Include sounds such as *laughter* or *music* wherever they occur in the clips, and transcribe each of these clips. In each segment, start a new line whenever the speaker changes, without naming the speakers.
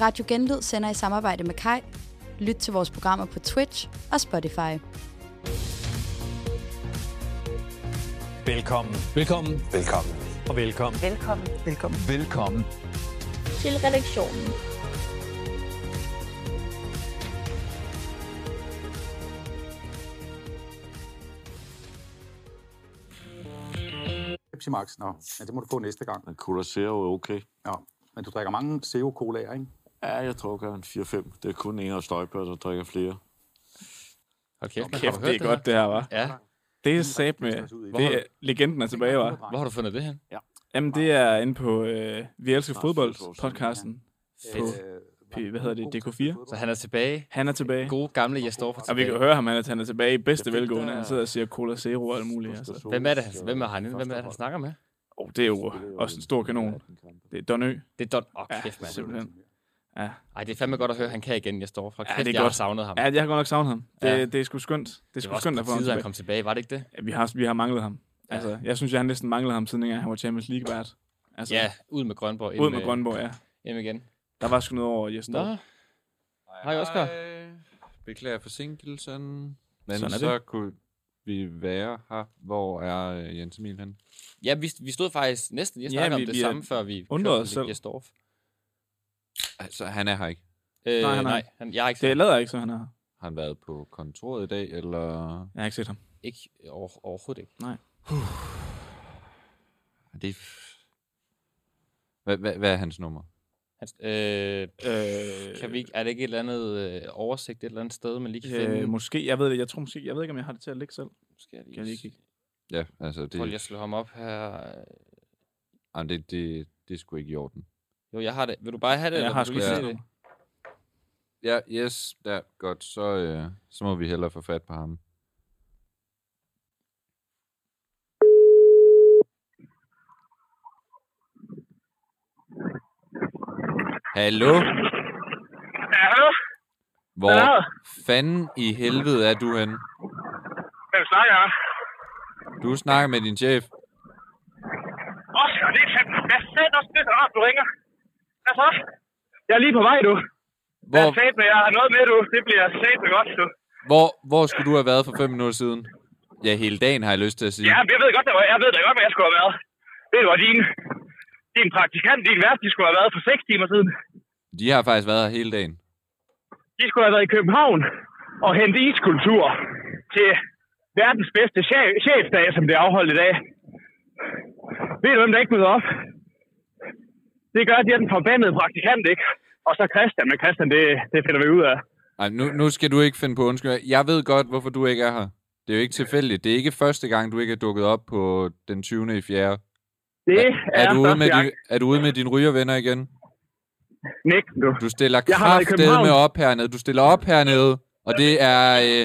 Radio Genlyd sender i samarbejde med Kai. Lyt til vores programmer på Twitch og Spotify.
Velkommen
Velkommen.
Velkommen.
og velkommen.
Velkommen.
Velkommen.
Velkommen.
til redaktionen.
Pepsi Max. Nå, ja, det må du få næste gang.
Men Cola Zero er okay.
Ja. Men du drikker mange zero colaer, ikke?
Ja, jeg drukker en 4-5. Det er kun en af støjbør, der drikker flere.
Hold kæft, man, har
Kæft,
du
det
hørt
er godt,
det
det her, var.
her? Ja,
Det er sat med. Det er, legenden er tilbage, var.
hvor har du fundet det hen?
Jamen, det er inde på øh, Vi Elsker
Lars
Fodbold,
Fodbold,
podcasten.
Fedt.
Øh,
P- hvad hedder det? DK4?
Så han er tilbage.
Han er tilbage.
Gode gamle, jeg står for
Og vi kan jo
tilbage.
høre ham, han er- han er tilbage i bedste
Jeg fik
velgående.
der-
Han sidder og siger Cola Zero og alt muligt. Altså.
Hvem er det, han, hvem er han, hvem er det, han snakker med?
Oh, det er jo også en stor kanon. Det er Don Ø.
Det er Don. Åh,
Ja,
kæft, mand.
simpelthen. Ja.
Ej, det er fandme godt at høre, han kan igen, jeg står for. Kæft,
det er
jeg har
godt.
savnet ham.
ja, jeg har godt nok savnet ham. Det,
Ja.
det er sgu skønt. Det er
Det
sgu
var også
skønt
på
at få ham
tide, han
tilbage.
kom tilbage, var det ikke det?
Ja, Vi har, vi har manglet ham. Altså, jeg synes, jeg har næsten manglet ham, siden dengang han var Champions League-vært. Altså,
Ja, ud med Grønborg. ind
Ud med Grønborg, ja.
Hjem igen.
Der var sgu noget over Jes
Nå,
Dorf.
Hej, Oscar.
Beklager forsinkelsen. Men
Sådan er
Sådan så kunne vi være her. Hvor er øh, Jens Emil henne?
ja, vi, vi stod faktisk næsten, jeg
Ja,
snakkede
vi-
om det
vi er-
samme, før vi
undrede os selv.
Gestorf.
Altså, han er her ikke.
Øh,
Nej,
nej,
han er-
nej, han, jeg har ikke,
Det
det
lader jeg ikke, så han har.
Har han været på kontoret i dag, eller...
Jeg har ikke set ham.
ikke over, overhovedet ikke.
Er det... Hvad, hvad, hvad er hans nummer?
Hans, øh,
Øh,
kan vi ikke, er det ikke et eller andet øh, oversigt et eller andet sted, man lige kan finde?
Øh, måske, jeg ved det, jeg tror måske, jeg ved ikke, om jeg har det til at ligge selv.
Måske er det
Kan jeg lige kigge?
Ja, altså, det,
Hold, jeg slår ham op her.
jamen, det, det, det er sgu ikke i orden.
Jo, jeg har det. Vil du bare have det?
Jeg
eller
har
vil
sgu
du
ikke
lige
selv
set
se
det.
det?
Ja, yes, der, godt. Så, øh, så må vi hellere få fat på ham. Hallo?
Hallo?
Hvor fanden i helvede er du henne?
Hvem snakker jeg?
Du snakker med din chef.
Oscar, det er fandme. Hvad fanden også det, rart, du ringer? Hvad så? Jeg er lige på vej, du. Hvor?
Hvor,
Jeg sagde, jeg har noget med, du. Det bliver sæt godt, du.
hvor, hvor skulle du have været for fem minutter siden? Ja, hele dagen har jeg lyst til at sige.
Ja, men jeg ved godt, der var, jeg ved da godt, hvor jeg skulle have været. Ved du, hvor din, din praktikant, din vært, de skulle have været for 6 timer siden.
De har faktisk været her hele dagen.
De skulle have været i København og hente iskultur til verdens bedste chef, chefdag, som det er afholdt i dag. Ved du, hvem der ikke møder op? Det gør, at de er den forbandede praktikant, ikke? Og så Christian, men Christian, det, det finder vi ud af.
Ej, nu, nu skal du ikke finde på undskyld. Jeg ved godt, hvorfor du ikke er her. Det er jo ikke tilfældigt. Det er ikke første gang, du ikke er dukket op på den 20. i 4.
Det er,
Er du, ude med
første
din, er du ude med dine rygervenner igen?
gang. Nægten, du.
Du stiller
Jeg har været i
kraftedeme
København.
op hernede. Du stiller op hernede, og det er, øh,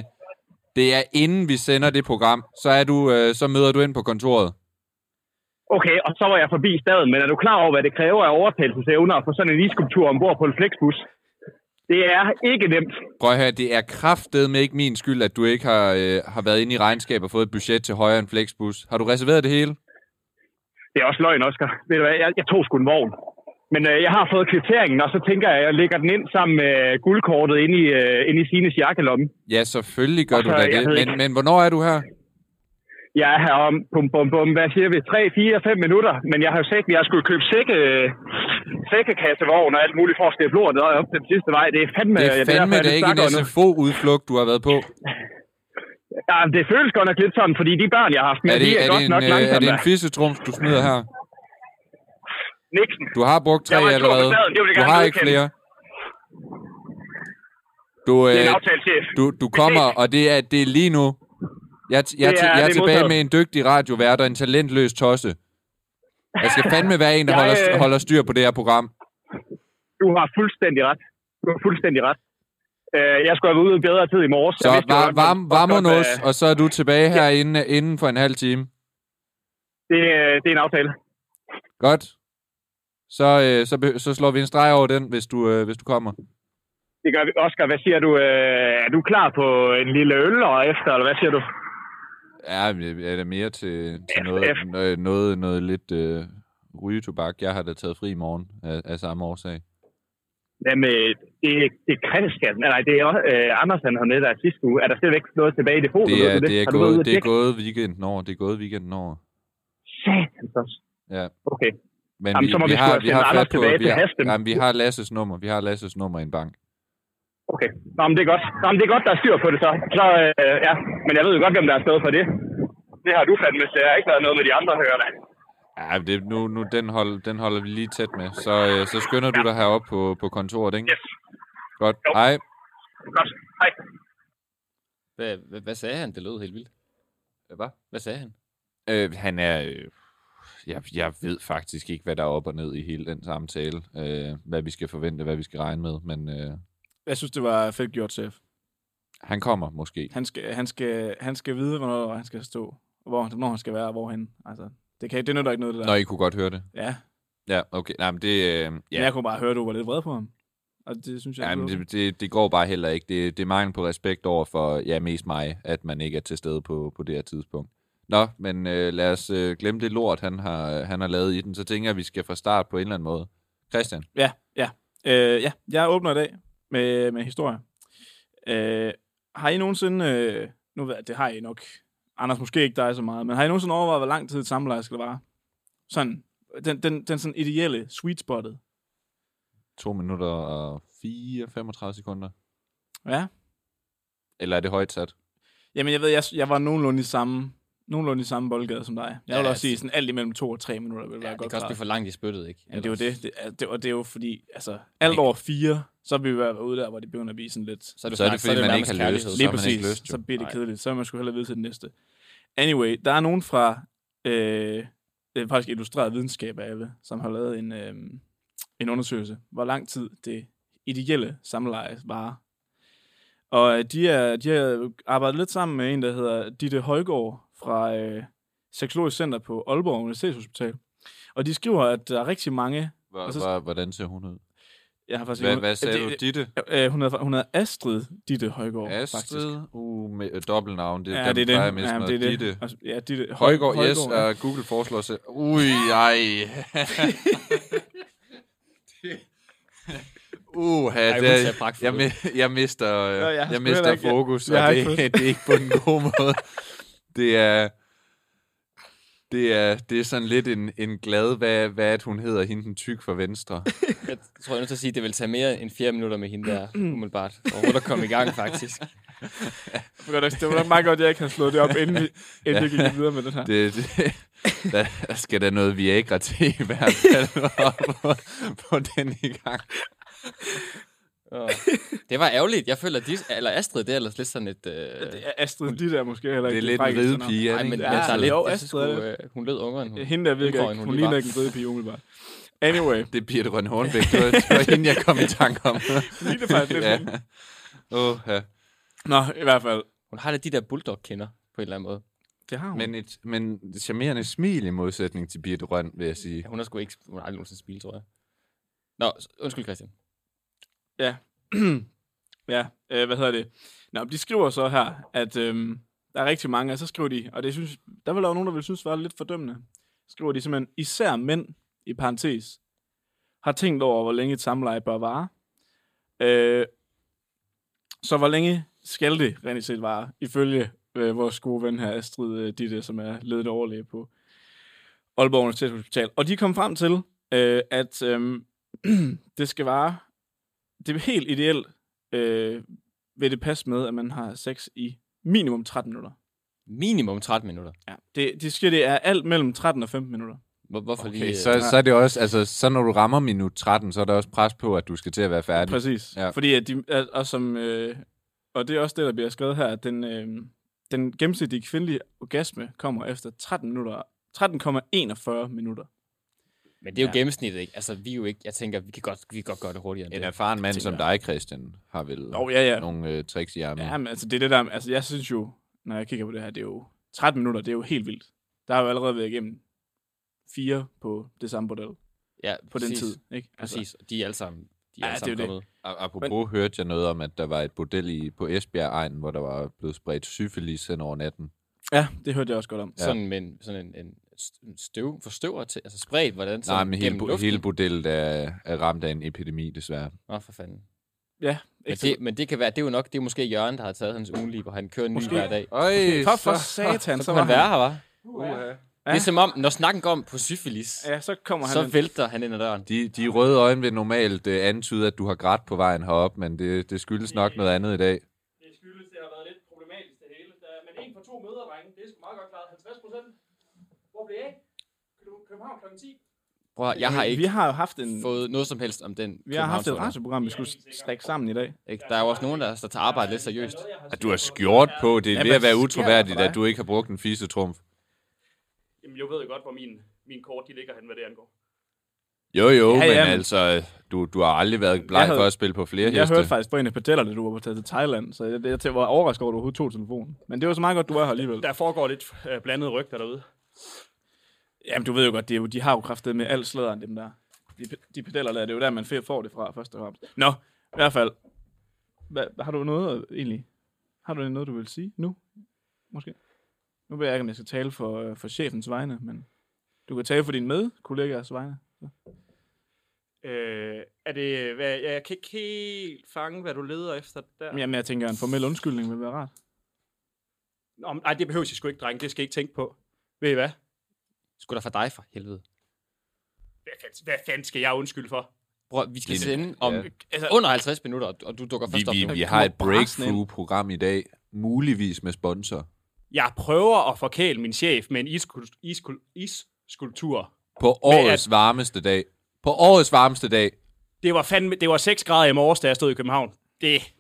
det er inden vi sender det program. Så, er du, øh, så møder du ind på kontoret.
Okay, og så var jeg forbi staden, men er du klar over, hvad det kræver af overtagelsesevner for sådan en iskultur ombord på en flexbus? Det er ikke nemt.
Prøv at høre, det er kraftedeme ikke min skyld, at du ikke har, øh, har været inde i regnskab og fået et budget til højere end Flexbus. Har du reserveret det hele?
Det er også løgn, Oscar. Ved du hvad, jeg, jeg tog sgu en vogn. Men øh, jeg har fået kvitteringen, og så tænker jeg, at jeg lægger den ind sammen med øh, guldkortet inde i, øh, inde i Sines jakkelomme.
Ja, selvfølgelig gør
Og
du
så,
da
jeg
det.
ved
Men,
ikke-
men hvornår er du her?
Jeg er her om, bum, bum, bum, hvad siger vi, 3, 4, 5 minutter. Men jeg har jo sagt, at jeg skulle købe sække, øh, sækkekassevogn og alt muligt for at slippe lortet op den sidste vej. Det er fandme...
Det er fandme
derfor, jeg
da
lidt
ikke
stakker nu.
en SFO-udflugt, du har været på.
Ja, det føles godt nok lidt sådan, fordi de børn, jeg har haft med,
Er
de
det,
er,
er
godt
det en,
nok
øh, er det
langsomme.
en fissetrums, du smider her?
Nixon.
Du har brugt tre
Jeg var en tur på
allerede.
staden, det vil jeg
Du
gerne
har ikke
vedkende.
flere. Du,
Det er
øh,
en aftale, chef.
du, du kommer, og det er, det er lige nu. Jeg, t- jeg,
Det
t-
er- det
jeg er
er
tilbage
modtaget.
med en dygtig radiovært og en talentløs tosse. Jeg skal fandme være en, der
Jeg,
holder,
øh,
holder styr på det her program.
Du har fuldstændig ret. Du har fuldstændig ret. Øh, jeg skulle have været ude i bedre tid i morges.
Så
Jeg vidste jo
var,
godt, hvor- hvor
var, vamonos,
godt, øh,
og så er du tilbage herinde inden for en halv time.
Det, øh, det er en aftale.
Godt. Så, øh, så, be- så slår vi en streg over den, hvis du, øh, hvis du kommer.
Det gør vi. Oscar, hvad siger du? Øh, er du klar på en lille øl og efter, eller hvad siger du?
Ja, men jeg jeg er da mere til, til
F-
noget,
F.
noget, noget, noget lidt øh, rygetobak. Jeg har da taget fri i morgen af, af samme årsag.
Jamen, det, det er Christian. Nej, det er også, øh, Anders, han havde med der sidste uge. Er der stadigvæk noget tilbage i depotet?
Det
Ved
er,
du
det er,
Har du været ude
gået,
at
det er
tjekke?
gået weekenden over. Det er gået weekenden over.
Satans også.
Ja.
Okay.
Men
Jamen, så må vi sgu have
vi har
sendt Anders
at
tilbage
vi
til
har,
Hastem.
jamen, vi har Lasses nummer. Vi har Lasses nummer i en bank.
Okay. Nå, men det er godt. Nå, men det er godt, der er styr på det så. så øh, ja. Men jeg ved jo godt, hvem der er stået for det. Det har du fandme, det har ikke været noget med de andre, hører da.
Ja, det, nu, nu den, hold, den holder vi lige tæt med. Så, øh, så skynder du dig herop på, på kontoret, ikke?
Yes.
Godt.
Jo.
Hej.
Godt. Hej.
Hvad, hvad, hvad sagde han? Det lød helt vildt. Hvad? Hvad sagde han?
Øh, han er... Øh, jeg, jeg ved faktisk ikke, hvad der er op og ned i hele den samtale. Øh, hvad vi skal forvente, hvad vi skal regne med. Men øh,
Jeg synes, det var fedt gjort, chef.
han kommer måske.
Han skal, han skal, han skal vide, hvornår han skal stå. Hvor, hvornår han skal være, og hvorhen. Altså, det, kan, det nytter ikke noget, det der.
Nå, I kunne godt høre det.
Ja.
Ja, okay. Nej, men det... Øh,
ja.
ja.
Jeg kunne bare høre, at du var lidt vred på ham. Og det synes jeg...
Ja, men
det,
det, det, det går bare heller ikke. Det, det er mangel på respekt over for, ja, mest mig, at man ikke er til stede på, på det her tidspunkt. Nå, men øh, lad os øh, glemme det lort, han har, han har lavet i den. Så tænker jeg, at vi skal fra start på en eller anden måde. Christian,
Ja, ja. Øh, ja, jeg åbner i dag med, med historie. Øh, har I nogensinde... Øh, nu ved jeg, det har I nok. Anders, måske ikke dig så meget. Men har I nogensinde overvejet, hvor lang tid et samleje skal vare? Sådan, den, den, den sådan ideelle sweet spottet.
to minutter og 4-35 sekunder.
Ja.
Eller er det højt sat?
Jamen, jeg ved, jeg, jeg var nogenlunde i samme, nogenlunde i samme boldgade som dig. Jeg vil
Ja,
også sige,
altså-
sådan alt imellem to og tre minutter vil være
Ja, det
godt
kan også
klaret.
blive for langt i spyttet, ikke?
Men det er jo det. det, er, det og det er jo fordi, altså, alt over fire, så vil vi være ude der, hvor det begynder at blive sådan lidt...
Så er det,
Så er det,
snak-
fordi man ikke
nærmest
har lyst.
kærlighed.
Så
Lige
har man
præcis.
ikke lyst, jo.
så bliver det
Nej.
kedeligt. Så er man sgu hellere videre til den næste. Anyway, der er nogen fra øh, det er faktisk Illustreret Videnskab af alle, som har lavet en, øh, en undersøgelse, hvor lang tid det ideelle samleje varer. Og øh, de, er, de har arbejdet lidt sammen med en, der hedder Ditte Højgaard fra øh, Seksologisk Center på Aalborg Universitetshospital. Og de skriver, at der er rigtig mange...
Hvor,
og så-
hvor, hvordan ser hun ud?
Jeg har faktisk
Hvad,
ikke-
hvad sagde du,
det,
Ditte?
Øh, hun, hedder, hun hedder Astrid Ditte Højgaard, faktisk.
Astrid? Uh, med øh, dobbeltnavn. Det,
Ja, det er
plejer
det.
med sådan
Ja,
noget.
det er det.
Ditte.
Altså, Ja, det er det.
Højgaard, yes,
ja.
og Google foreslår sig. Ui,
*laughs*
ej. Uh,
Ej,
ej,
hun ser
det,
pragtfuld
jeg,
ud.
mi- jeg mister,
jeg har
jeg,
sgu
jeg
heller
mister
ikke-
ikke, fokus,
jeg har
og
ikke
det,
fået-
*laughs* det er ikke på en god måde. Det er, det er, det er sådan lidt en, en glad, hvad, hvad er det, hun hedder, hende den tyk fra venstre.
Jeg tror, jeg er nødt til at sige, at det vil tage mere end fire minutter med hende
*clears throat*
der, umiddelbart. Overhovedet at komme i gang, faktisk.
Det var nok meget godt, at jeg ikke har slået det
*laughs*
op, inden vi, inden vi gik videre med den her.
Det, *laughs* det, der skal der noget Viagra til i hvert fald *laughs* op på, på den i gang.
Og det var ærgerligt. Jeg føler, at de, eller Astrid, det er ellers lidt sådan et... Øh...
Det er Astrid, de der måske heller
Det
ikke.
er lidt en
faktisk
ride
sådan
pige, er
Ej,
det
men,
ikke?
men
Ja,
der er lidt...
jo,
jeg synes
Astrid er
sgu, øh, hun lød ungere, end hun.
noget. Hende der virker
Indgår
ikke.
hun
Hun
lige
ligner
bare.
ikke en røde pige, umiddelbart. Anyway,
Det er Birte Rønne Hornbæk. Det var, det var hende, jeg kom i tanke
*laughs*
om.
hun ligner faktisk lidt.
ja.
hende.
Oh, ja.
Nå, i hvert fald.
Hun har lidt de der bulldog-kinder, på en eller anden måde.
Det har hun.
Men et men et charmerende smil i modsætning til Birte Røn, vil jeg sige.
Ja, hun har sgu ikke... Hun har aldrig nogensinde spil, tror jeg. Nå, s- undskyld, Christian.
*clears throat* ja, øh, hvad hedder det? Nå, de skriver så her, at øhm, der er rigtig mange, og så skriver de, og det synes, der vil der jo nogen, der vil synes, var lidt fordømmende. Skriver de simpelthen, især mænd, i parentes, har tænkt over, hvor længe et samleje bør vare. Øh, så hvor længe skal det rent set vare, ifølge øh, vores gode ven her, Astrid øh, Ditte, som er ledende overlæge på Aalborg Universitetshospital. Og de kom frem til, øh, at øh, *clears throat* det skal vare, det er helt ideelt, øh, vil det passe med, at man har sex i minimum 13 minutter.
Minimum 13 minutter.
Ja. Det, de siger, det er alt mellem 13 og 15 minutter.
Hvor, hvorfor lige...
Okay,
øh,
så, så er det også, altså, så når du rammer minut 13, så er der også pres på, at du skal til at være færdig.
Præcis.
Ja.
Ja. Fordi at de, at, og, som, øh, og det er også det, der bliver skrevet her, at den, øh, den gennemsnitlige kvindelige orgasme kommer efter 13 minutter. 13,41 minutter.
Men det er jo
Ja.
gennemsnittet, ikke? Altså, vi er jo ikke... Jeg tænker, vi kan godt, vi kan godt gøre det hurtigere end
En
det.
erfaren mand som dig, Christian, har vel
Nå, ja, ja.
nogle øh, tricks i armen.
Ja, men altså, det er det der, altså, jeg synes jo, når jeg kigger på det her, det er jo 13 minutter, det er jo helt vildt. Der har jo allerede været igennem fire på det samme bordel på
Ja,
den
præcis.
tid. Ikke? Altså,
Præcis. Og de er alle sammen... De er
Ja,
alle
det er jo
sammen
det.
kommet.
A- Apropos men... hørte jeg noget om, at der var et bordel i, på Esbjerg-egnen, hvor der var blevet spredt syfilis hen over natten.
Ja, det hørte jeg også godt om.
Ja.
Sådan, men, sådan en, en st- støv, forstøver til, altså spredt, hvordan så
Nej, men hele,
gennem
bu-
luften?
hele budellet er, er ramt af en epidemi, desværre.
Nå, for fanden.
Ja,
Men
ikke
det, men det kan være, det er jo nok, det er måske Jørgen, der har taget hans ugenlig, hvor han kører en ny
Måske.
hver dag.
Øj,
for, for satan, så,
Så kunne
så var
han være her, var.
Uh,
Det er som om, når snakken går om på syfilis,
ja, så kommer han
så
ind.
vælter han ind ad døren.
De, de røde øjne vil normalt uh, antyde, at du har grædt på vejen herop, men det, det skyldes nok noget andet i dag.
Det skyldes, det har været lidt problematisk det hele. Der, men en for to møder, drenge, det er sgu meget godt klaret. 50 procent. Hvor blev jeg? København kl. 10.
Prøv, at høre, jeg har
Vi
ikke
har jo haft en,
fået noget som helst om den
vi har haft et
Københavns-
radioprogram, vi skulle strikke sammen i dag.
Ikke? Der er jo også nogen, der, der tager arbejde lidt seriøst.
At du har skjort på, det er
Ja,
ved at
hvad
være
sker der
utroværdigt,
for dig?
at du ikke har brugt en fisetrumf.
Jamen, jeg ved jo godt, hvor min, min kort de ligger hen, hvad det angår.
Jo, jo,
Ja,
ja, men
ja, men-
altså, du, du har aldrig været bleg
Jeg havde-
for at spille på flere
Jeg
heste.
hørte faktisk på en af patellerne, at du var taget til Thailand, så jeg, jeg, jeg var overrasket over, at du overhovedet tog telefonen. Men det var så meget godt, du er her alligevel.
Der foregår lidt øh, blandede rygter derude.
Jamen, du ved jo godt, det er jo, de har jo kraftet med alt slæderen, dem der. De, de pedeller der, det er jo der, man fe- får det fra, først og fremmest. Nå, i hvert fald. Hva, har du noget øh, egentlig? Har du noget, du vil sige nu? Måske? Nu ved jeg ikke, om jeg skal tale for, øh, for chefens vegne, men du kan tale for dine medkollegaers vegne.
Øh, er det, hvad, ja, jeg kan ikke helt fange, hvad du leder efter der. Ja.
Jamen, jeg tænker, en formel undskyldning vil være rart.
Nå, men- ej, det behøver jeg sgu ikke, drenge. Det skal I ikke tænke på. Ved I hvad?
Skulle der for dig for helvede.
Hvad fanden, hvad fanden skal jeg undskylde for?
Bror, vi skal
Line,
sende om
ja.
altså, under 50 minutter, og- og du dukker
Vi,
først op. nu.
vi, vi
Du
har
må
et
brasende ind.
breakthrough-program i dag, muligvis med sponsor.
Jeg prøver at forkæle min chef med en iskul- iskul- isskulptur.
På årets varmeste dag. På årets varmeste dag.
Det var, fandme, det var 6 grader i morges, da jeg stod i København. Det,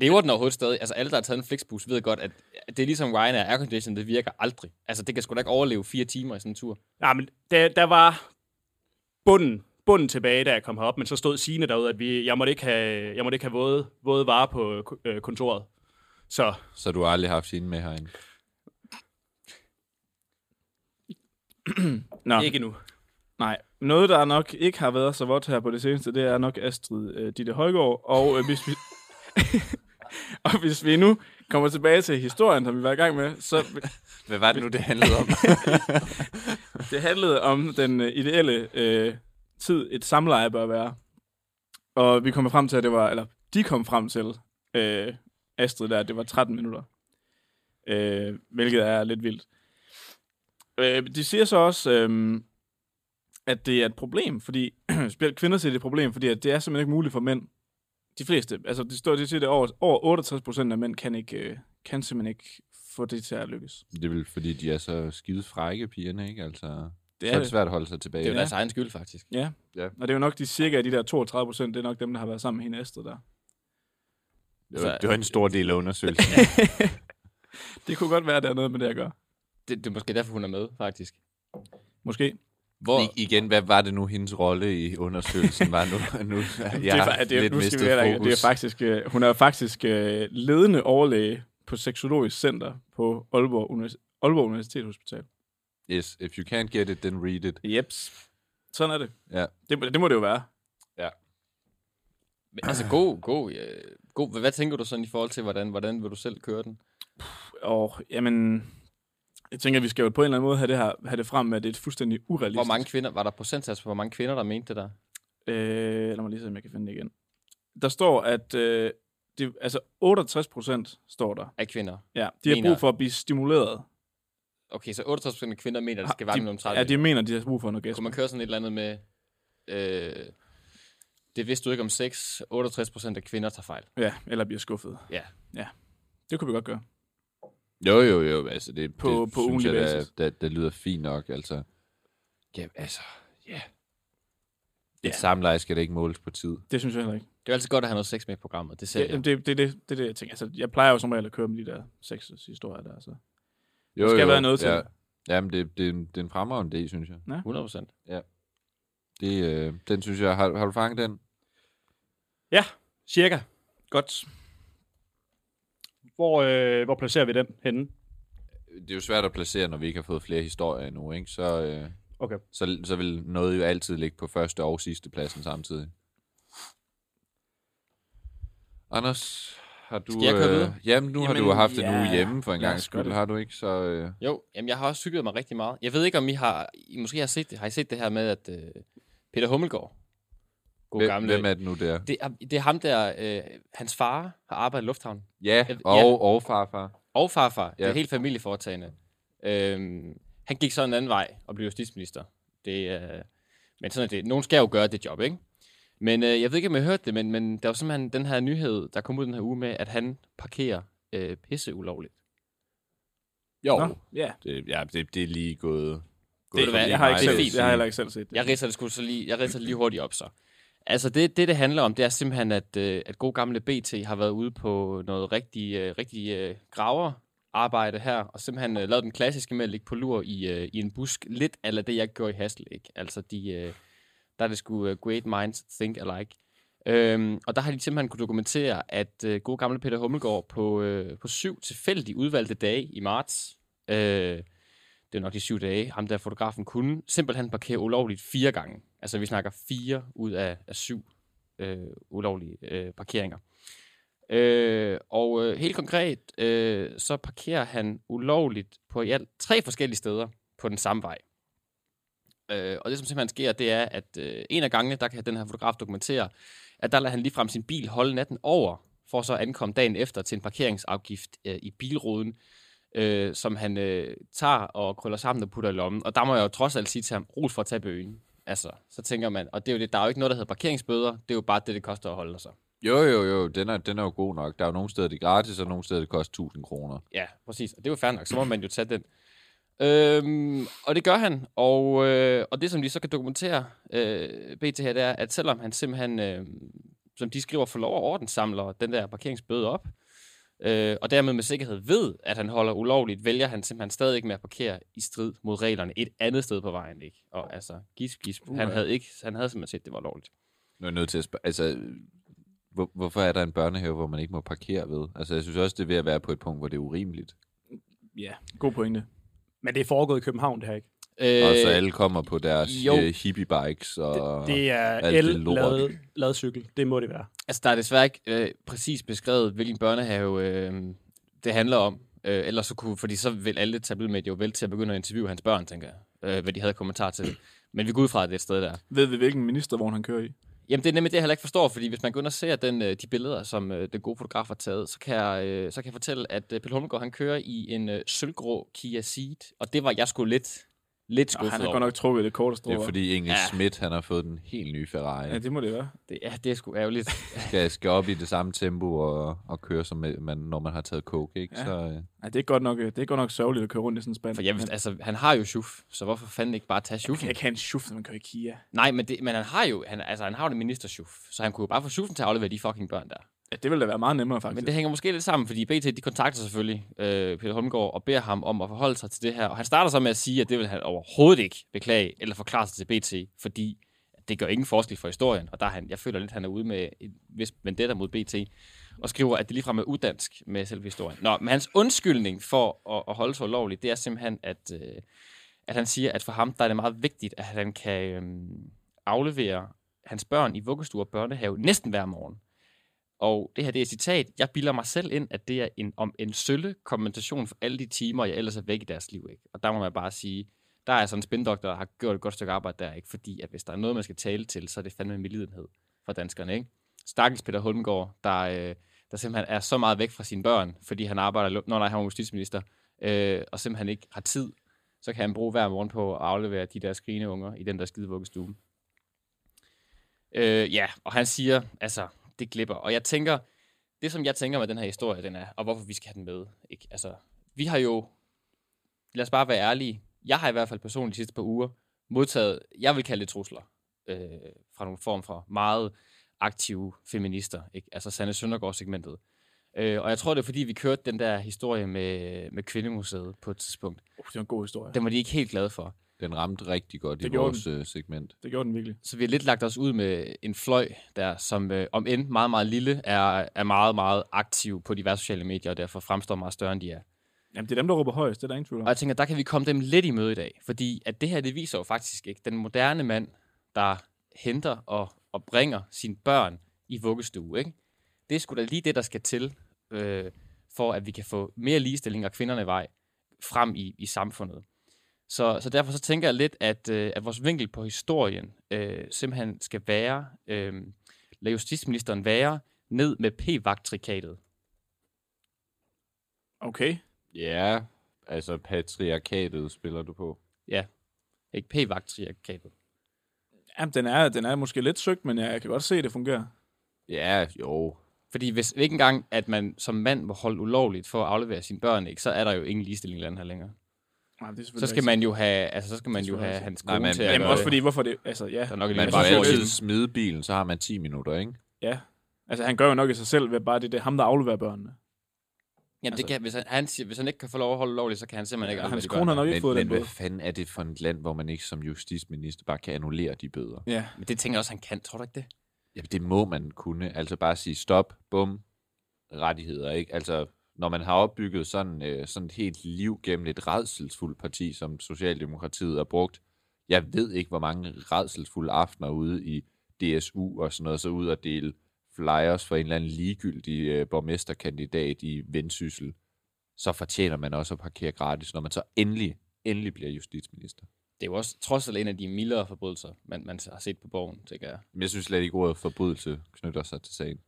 Lever den overhovedet stadig? Altså, alle, der har taget en flexbus, ved godt, at det er ligesom Ryanair Aircondition, det virker aldrig. Altså, det kan sgu da ikke overleve fire timer i sådan en tur.
nej, men der, der var bunden, bunden tilbage, da jeg kom herop, men så stod Signe derude, at vi, jeg måtte ikke have, jeg måtte ikke have våde, våde varer på ko- øh, kontoret. Så
Så du har aldrig haft sine med herinde.
Nå,
ikke nu.
nej. Noget, der nok ikke har været så vådt her på det seneste, det er nok Astrid øh, Ditte Højgaard. Og, øh, hvis vi... *laughs* og hvis vi nu kommer tilbage til historien, som vi var i gang med, så
Hvad var det nu, det handlede
*laughs*
om?
Det handlede om den øh, ideelle øh, tid, et samleje bør være. Og vi kom frem til, at det var, eller de kom frem til, øh, Astrid der, at det var 13 minutter. Øh, hvilket er lidt vildt. Øh, de siger så også, øh, at det er et problem, fordi, *clears throat* specielt kvinder siger det er et problem, fordi at det er simpelthen ikke muligt for mænd. De fleste, altså de, står, de siger det, over, over 68 procent af mænd kan, ikke, øh, kan simpelthen ikke få det til at lykkes.
det er vel, fordi de er så skide frække, pigerne, ikke? Altså, det
Det er
er, så er det
det.
svært at holde sig
Det er altså-
tilbage.
jo deres egen skyld, faktisk.
Ja.
Ja.
ja. Og det er jo nok de cirka de der 32 procent, det er nok dem, der har været sammen med hende Astrid der.
det, var, det var en stor del af undersøgelsen.
Det kunne godt være, at der er noget med det at gøre.
Det, det er måske derfor, hun er med, faktisk.
Måske.
Hvor,
I, igen, hvad var det nu, hendes rolle i undersøgelsen var nu? *laughs*
*laughs*
nu jeg
det, er,
har
fa- det, er,
lidt
nu skal
mistet
vi heller ikke-
fokus.
det er faktisk, øh, hun er faktisk øh, ledende overlæge på Seksologisk Center på Aalborg, Univers- Aalborg Universitetshospital.
Yes, if you can't get it, then read it.
Jeps. Sådan er det.
Ja.
Det, det må det jo være.
men, altså, god, god, øh, god. Hvad, hvad tænker du sådan i forhold til, hvordan, hvordan vil du selv køre den?
Og jamen, jeg tænker, vi skal jo på en eller anden måde have det, her, have det frem med, at det er fuldstændig urealistisk.
Hvor mange kvinder, var der procentsats på, hvor mange kvinder, der mente det der?
Øh, lad mig lige se, om jeg kan finde det igen. Der står, at øh, det, altså 68 procent står der.
Af kvinder.
Ja, de har
Mener-
brug for at blive stimuleret.
Okay, så 68 af kvinder mener, at det skal være
de,
mellem 30.
Ja, de mener, de har brug for noget gas.
Kunne man køre sådan et eller andet med, øh, det vidste du ikke om sex, 68 procent af kvinder tager fejl.
Ja, eller bliver skuffet.
Ja.
Ja, det kunne vi godt gøre.
Jo, jo, jo, altså det,
På-
det
på
synes
ugentlig
jeg, da-
basis.
da, da, lyder fint nok, altså. Ja, altså, ja. Yeah. Et samleje skal det ikke måles på tid.
Det synes jeg heller ikke.
Det er jo altid godt at have noget sex med i programmet, det
Ja,
ser
ja.
jeg.
Det, det, det, det, det, er det, jeg tænker. Altså, jeg plejer jo som regel at køre med de der sexhistorier der. Så.
Jo,
Der skal
jo,
være noget til
ja.
det.
Jamen, det, det, er en- det er en fremragende idé, synes jeg.
100 procent.
Det, øh, den synes jeg, har, har du fanget den?
Ja, cirka.
Godt.
Hvor, øh, hvor placerer vi den henne?
Det er jo svært at placere, når vi ikke har fået flere historier endnu, ikke? Så, øh,
Okay.
så, så vil noget jo altid ligge på første og sidste pladsen samtidig. Anders, Har du,
Skal jeg køre videre?
Øh, jamen, nu jamen, har du
Jamen,
haft en uge
ja.
hjemme for en
Lad
gang
os gøre
skyld,
det.
har du ikke? Så, øh,
Jo, jamen jeg har også cyklet mig rigtig meget. Jeg ved ikke, om I har... I måske har set det, har I set det her med, at øh, Peter Hummelgaard... God
hvem,
gamle...
hvem er det nu der?
det, er, det er ham der... Øh, hans far har arbejdet i Lufthavn.
Ja,
Jeg-
og,
ja.
og farfar.
Og farfar. Ja. Det
Ja.
er helt familieforetagende. Øhm, han gik så en anden vej og blev justitsminister. Det, øh, men sådan er det. Nogen skal jo gøre det job, ikke? Men øh, jeg ved ikke, om jeg hørte det, men, men der var simpelthen den her nyhed, der kom ud den her uge med, at han parkerer øh, pisse ulovligt.
Jo,
Nå, ja.
det, ja, det, det er lige gået... gået
ved du hvad,
forbi
Jeg har,
mig,
ikke
det er
selv,
vil
fint.
jeg har
sige.
heller ikke selv set det.
Jeg ridser det sgu så lige, jeg ridser det lige hurtigt op så. Altså det, det, det handler om, det er simpelthen, at, øh, at god gamle BT har været ude på noget rigtig, øh, rigtig øh, graver arbejde her, og simpelthen øh, lavet den klassiske med at ligge på lur i, øh, i en busk, lidt af det, jeg gjorde i Hassel, ikke? Altså de, øh, der er det sgu øh, great minds think alike. Øhm, og der har de simpelthen kunne dokumentere, at øh, god gamle Peter Hummelgaard på, øh, på syv tilfældigt udvalgte dage i marts, øh, det er nok de syv dage, ham der fotografen kunne simpelthen parkere ulovligt fire gange. Altså vi snakker fire ud af, af syv øh, ulovlige øh, parkeringer. Øh, og øh, helt konkret, øh, så parkerer han ulovligt på i alt tre forskellige steder på den samme vej. Øh, og det, som simpelthen sker, det er, at øh, en af gangene, der kan den her fotograf dokumentere, at der lader han ligefrem sin bil holde natten over, for så at ankomme dagen efter til en parkeringsafgift øh, i bilruden, øh, som han øh, tager og krøller sammen og putter i lommen. Og der må jeg jo trods alt sige til ham, rus for at tage bøgen. Altså, så tænker man, og det er jo det, der er jo ikke noget, der hedder parkeringsbøder, det er jo bare det, det koster at holde sig.
Jo, jo, jo, den er, den er jo god nok. Der er jo nogle steder, det er gratis, og nogle steder, det koster 1000 kroner.
Ja, præcis, og det er jo fair nok, så må man jo tage den. Øhm, og det gør han, og, øh, og det som de så kan dokumentere, øh, BT her, det er, at selvom han simpelthen, øh, som de skriver, for lov og orden samler den der parkeringsbøde op, øh, og dermed med sikkerhed ved, at han holder ulovligt, vælger han simpelthen stadig med at parkere i strid mod reglerne et andet sted på vejen, ikke? Og altså, gisp, gisp, han havde, ikke, han havde simpelthen set, at det var lovligt.
Nu er jeg nødt til at spørge, altså, hvor, hvorfor er der en børnehave, hvor man ikke må parkere ved? Altså, jeg synes også, det er ved at være på et punkt, hvor det er urimeligt.
Ja, god pointe.
Men det er foregået i København, det her, ikke?
Øh, og så alle kommer på deres
jo.
jo. hippiebikes, og...
Det, det er
alt det lort.
el-lavet lavet cykel. Det må det være.
Altså, der er desværre ikke øh, præcis beskrevet, hvilken børnehave øh, det handler om. Øh, ellers så kunne, fordi så vil alle tabloidmedier jo vel til at begynde at interviewe hans børn, tænker jeg, øh, hvad de havde kommentar til. Men vi går ud fra, at det er et sted der.
Ved vi, hvilken ministervogn han kører i?
Jamen, det er nemlig det, jeg heller ikke forstår, fordi hvis man går ind og ser den, øh, de billeder, som øh, den gode fotograf har taget, så kan jeg, øh, så kan jeg fortælle, at øh, Pelle Hummelgaard, han kører i en øh, sølvgrå Kia Ceed, og det var jeg sgu lidt, lidt
Nå,
skuffet
han har
over.
godt nok trukket det korte strå.
Det er fordi Inge
Ja.
ja. Schmidt, han har fået den helt nye Ferrari.
Ja, det må det være.
Det, ja, det er sgu
*laughs*
ærgerligt.
Skal, skal op i det samme tempo og, og køre, som man, når man har taget coke, ikke?
Ja.
Ja. Så, øh,
Ja, det er godt nok, øh, det er godt nok sørgeligt at køre rundt i sådan en spand.
For jeg, vidste, altså, han har jo sjuf, så hvorfor fanden ikke bare tage sjufen?
Jeg kan en sjuf, når man kører i Kia.
Nej, men, det, men han har jo han, altså, han har jo det ministerchuf, så han kunne jo bare få chuffen til at aflevere de fucking børn der.
Ja, det ville da være meget nemmere, faktisk.
Men det hænger måske lidt sammen, fordi BT de kontakter selvfølgelig øh, Peter Holmgaard og beder ham om at forholde sig til det her. Og han starter så med at sige, at det vil han overhovedet ikke beklage eller forklare sig til BT, fordi det gør ingen forskel for historien. Og der er han, jeg føler lidt, at han er ude med en vis vendetta mod BT og skriver, at det ligefrem er udansk med selve historien. Nå, men hans undskyldning for at, at holde sig ulovligt, det er simpelthen, at, øh, at han siger, at for ham der er det meget vigtigt, at han kan øh, aflevere hans børn i vuggestue og børnehave næsten hver morgen. Og det her, det er et citat. Jeg bilder mig selv ind, at det er en, om en sølle kompensation for alle de timer, jeg ellers er væk i deres liv. Ikke? Og der må man bare sige, der er sådan en spindoktor, der har gjort et godt stykke arbejde der, ikke? fordi at hvis der er noget, man skal tale til, så er det fandme med lidenhed for danskerne. Ikke? Stakkels Peter Holmgaard, der, øh, der simpelthen er så meget væk fra sine børn, fordi han arbejder, lu- når nej, han er justitsminister, øh, og simpelthen ikke har tid, så kan han bruge hver morgen på at aflevere de der skrigende unger i den der skide vuggestue. Øh, ja, og han siger, altså, det glipper. Og jeg tænker, det som jeg tænker med den her historie, den er, og hvorfor vi skal have den med, ikke? Altså, vi har jo, lad os bare være ærlige, jeg har i hvert fald personligt de sidste par uger modtaget, jeg vil kalde det trusler, øh, fra nogle form for meget aktive feminister, ikke? Altså Sanne Søndergaard-segmentet. Øh, og jeg tror, det er fordi, vi kørte den der historie med, med Kvindemuseet på et tidspunkt.
Uh, det var en god historie.
Den var de ikke helt glade for.
den ramte rigtig godt
Det
i
gjorde
vores øh, segment.
Det gjorde den virkelig.
Så vi har lidt lagt os ud med en fløj der, som øh, om end meget, meget lille, er, er meget, meget aktiv på diverse sociale medier, og derfor fremstår meget større, end de er.
Jamen, det er dem, der råber højst. Det er der ingen tvivl om.
Og jeg tænker, der kan vi komme dem lidt i møde i dag, fordi at det her, det viser jo faktisk ikke den moderne mand, der henter og, og bringer sine børn i vuggestue, ikke? Det er sgu da lige det, der skal til øh, for at vi kan få mere ligestilling og kvinderne i vej frem i, i samfundet. Så, så derfor så tænker jeg lidt, at, øh, at vores vinkel på historien øh, simpelthen skal være, øh, lad justitsministeren være ned med p-vagtrikatet.
Okay.
Ja, altså patriarkatet spiller du på.
Ikke p-vagtrikatet.
Jamen, den er, den er måske lidt søgt, men jeg, jeg kan godt se, at det fungerer.
Ja, jo.
Fordi hvis ikke engang, at man som mand må holde ulovligt for at aflevere sine børn, ikke, så er der jo ingen ligestilling i landet her længere.
Nej, det er
Så
selvfølgelig
skal man jo have, altså, så skal man
Det
jo
tror jeg
have
også.
hans kone
Nej, men-
til at
Jamen,
gøre
også
det.
fordi, hvorfor det... Altså, ja.
Der er nok en
Man
Jeg
må
synes, det er
altid
lidt-
smide bilen, så har man 10 minutter, ikke?
Ja. Altså, han gør jo nok i sig selv ved bare det, det er ham, der afleverer børnene.
Jamen, det
Altså-
kan, hvis, han, han siger, hvis han ikke kan få lov at holde lovligt, så kan han simpelthen ikke
Ja,
aflevere
Altså, hans
de
kone har
børn.
nok ikke
Men,
fået
men
den
hvad
bøde.
fanden er det for et land, hvor man ikke som justitsminister bare kan annullere de bøder?
Ja.
Men det tænker jeg også, han kan. Tror du ikke det?
Jamen, det må man kunne. Altså bare sige stop, bum, rettigheder, ikke? Altså, når man har opbygget sådan, øh, sådan et helt liv gennem et redselsfuldt parti, som Socialdemokratiet har brugt, jeg ved ikke, hvor mange redselsfulde aftener ude i DSU og sådan noget, så ud og dele flyers for en eller anden ligegyldig øh, borgmesterkandidat i Vendsyssel, så fortjener man også at parkere gratis, når man så endelig, endelig bliver justitsminister.
Det er jo også trods alt en af de mildere forbrydelser, man, man har set på borgen, tænker jeg.
Men jeg synes slet ikke, ordet forbrydelse knytter sig til sagen.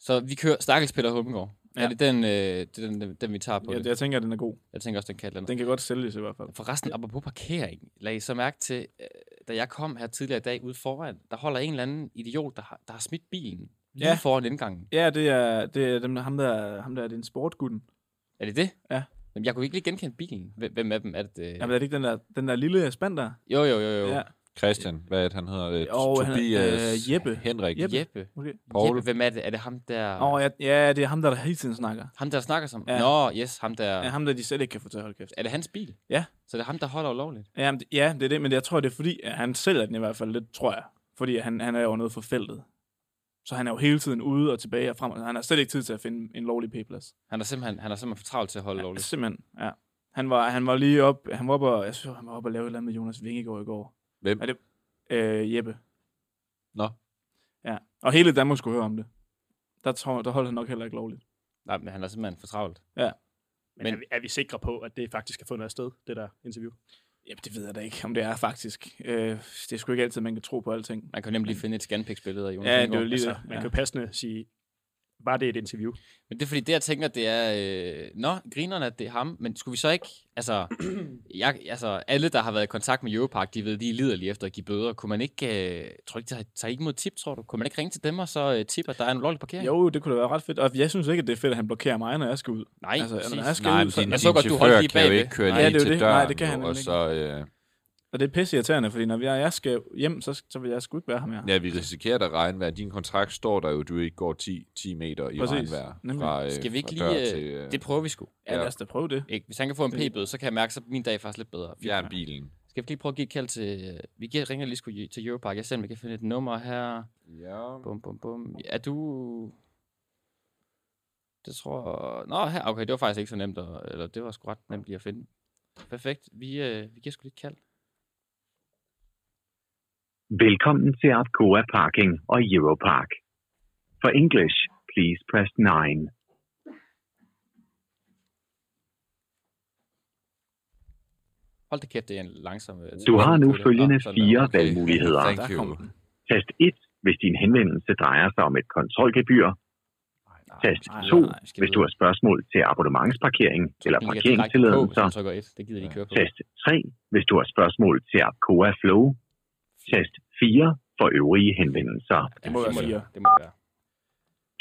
Så vi kører Stakkels Peter Hummelgaard. Ja. Er
Ja.
det den, øh, det er den, den, den, vi tager på?
Ja,
det?
jeg tænker, at den er god.
Jeg tænker også, den kan et eller andet.
Den kan godt sælges i hvert fald.
Forresten, apropos parkering, lag I så mærke til, øh, da jeg kom her tidligere i dag ude foran, der holder en eller anden idiot, der har, der har smidt bilen lige ja.
Ja.
foran indgangen.
Ja, det er, det er dem, der- ham, der, ham der er din sportgutten.
Er det det?
Ja.
Jamen, jeg kunne ikke lige genkende bilen. Hvem- Hvem af dem er det? øh?
Jamen, er det ikke den der, den der lille spand der?
Jo, jo, jo, jo.
Ja.
Christian, hvad er det, han hedder? Øh,
Jo, han-
Tobias
øh, Jeppe.
Henrik.
Jeppe.
Jeppe.
Okay.
Poul.
Jeppe, hvem er det? Er det ham der,
Åh, ja, ja, det er ham der, der hele tiden snakker.
ham, der snakker som? Ja.
Ja.
Nå, yes, ham der.
Ja.
Ja.
ham der, de slet ikke kan få til at holde kæft.
Er det hans bil?
Ja.
Så det er ham, der holder ulovligt?
Jamen, det- ja, det er det, men jeg tror, det er fordi, at han sælger den i hvert fald lidt, tror jeg. Fordi han, han er jo noget for feltet. Så han er jo hele tiden ude og tilbage og frem. og Han har slet ikke tid til at finde en lovlig p-plads.
Han er simpelthen, han er simpelthen for travlt til at holde
Ja,
lovligt.
simpelthen, ja. Han var, han var lige op, han var op og, jeg synes, han var op og lave et eller andet med Jonas Vingegaard i går.
Hvem?
Er det, øh, Jeppe.
Nå.
Ja, og hele Danmark skulle høre om det. Der, tror, der holdt han nok heller ikke lovligt.
Nej, men han er simpelthen for travlt.
Men,
Men-
er, vi, er vi sikre på, at det faktisk er fundet afsted, det der interview?
Jamen, det ved jeg da ikke, om det er faktisk. Øh, det er sgu ikke altid, man kan tro på alting.
Man kan nemlig lige finde et scanpix-billede af Jonas
Ja, det er jo
Vingegaard.
lige-
Altså,
det,
man
ja.
kan jo passende sige, var det et interview?
Men det er fordi, det jeg tænker, det er, øh, nå, grinerne, at det er ham, men skulle vi så ikke, altså, *clears throat* jeg, altså alle, der har været i kontakt med Europark, de ved, de lider lige efter at give bøder. Kunne man ikke, øh, tror du ikke, tager, tager I ikke mod tip, tror du? Kunne man ikke ringe til dem og så øh, tippe, at der er en ulovlig parkering?
Jo, det kunne da være ret fedt. Og jeg synes ikke, at det er fedt, at han blokerer mig, når jeg skal ud.
Nej,
altså,
præcis.
når jeg skal
Nej,
ud,
men
så,
din,
Jeg
din
så godt, du holdt
chauffør
lige
kan jo
bagved.
ikke køre
Nej,
lige
det er jo
til
det.
døren,
Nej, det kan
jo,
han
og
nemlig ikke.
så, øh,
og det er pisse irriterende, fordi når jeg, jeg skal hjem, så, så vil jeg sgu ikke være ham her.
øh, ja, vi risikerer da regnvejr. Din kontrakt står der jo, du ikke går 10, 10 meter i
Præcis,
regnvejr.
nemlig.
Fra, øh,
Skal vi ikke
fra dør
lige, øh,
til, øh,
det prøver vi sgu.
Ja, lad os da prøve det.
Ikke? Hvis han kan få en p-bøde, så kan jeg mærke, så er min dag er faktisk lidt bedre.
Fjern bilen.
Skal vi lige prøve at give et kald til... øh, Vi giver ringer lige sgu i- til Europark. Jeg ser, om jeg kan finde et nummer her.
Ja.
Bum, bum, bum. Er du... Det tror Nå, her. Okay, det var faktisk ikke så nemt. At... Eller det var sgu ret nemt lige at finde. Perfekt. Vi, øh, vi giver sgu lige et kald.
Velkommen til Arcoa Parking og Europark. For English, please press 9.
Hold da kæft, det er en langsom... øh,
Du har nu
Nå,
følgende
sådan der.
fire
okay.
valgmuligheder.
Thank
Der
you.
kom den.
Tast 1, hvis din henvendelse drejer sig om et kontrolgebyr. Tast
nej, nej,
2,
nej, skal
hvis
vi
du
ud.
har spørgsmål til abonnementsparkering
Så
eller
den ligger direkte på, hvis
parkeringstilladelser.
man trykker et. Det gider de ikke køre på.
Tast 3, hvis du har spørgsmål til Arcoa Flow. Tast 4 for øvrige henvendelser.
Ja,
må være
det,
fire.
det må det være.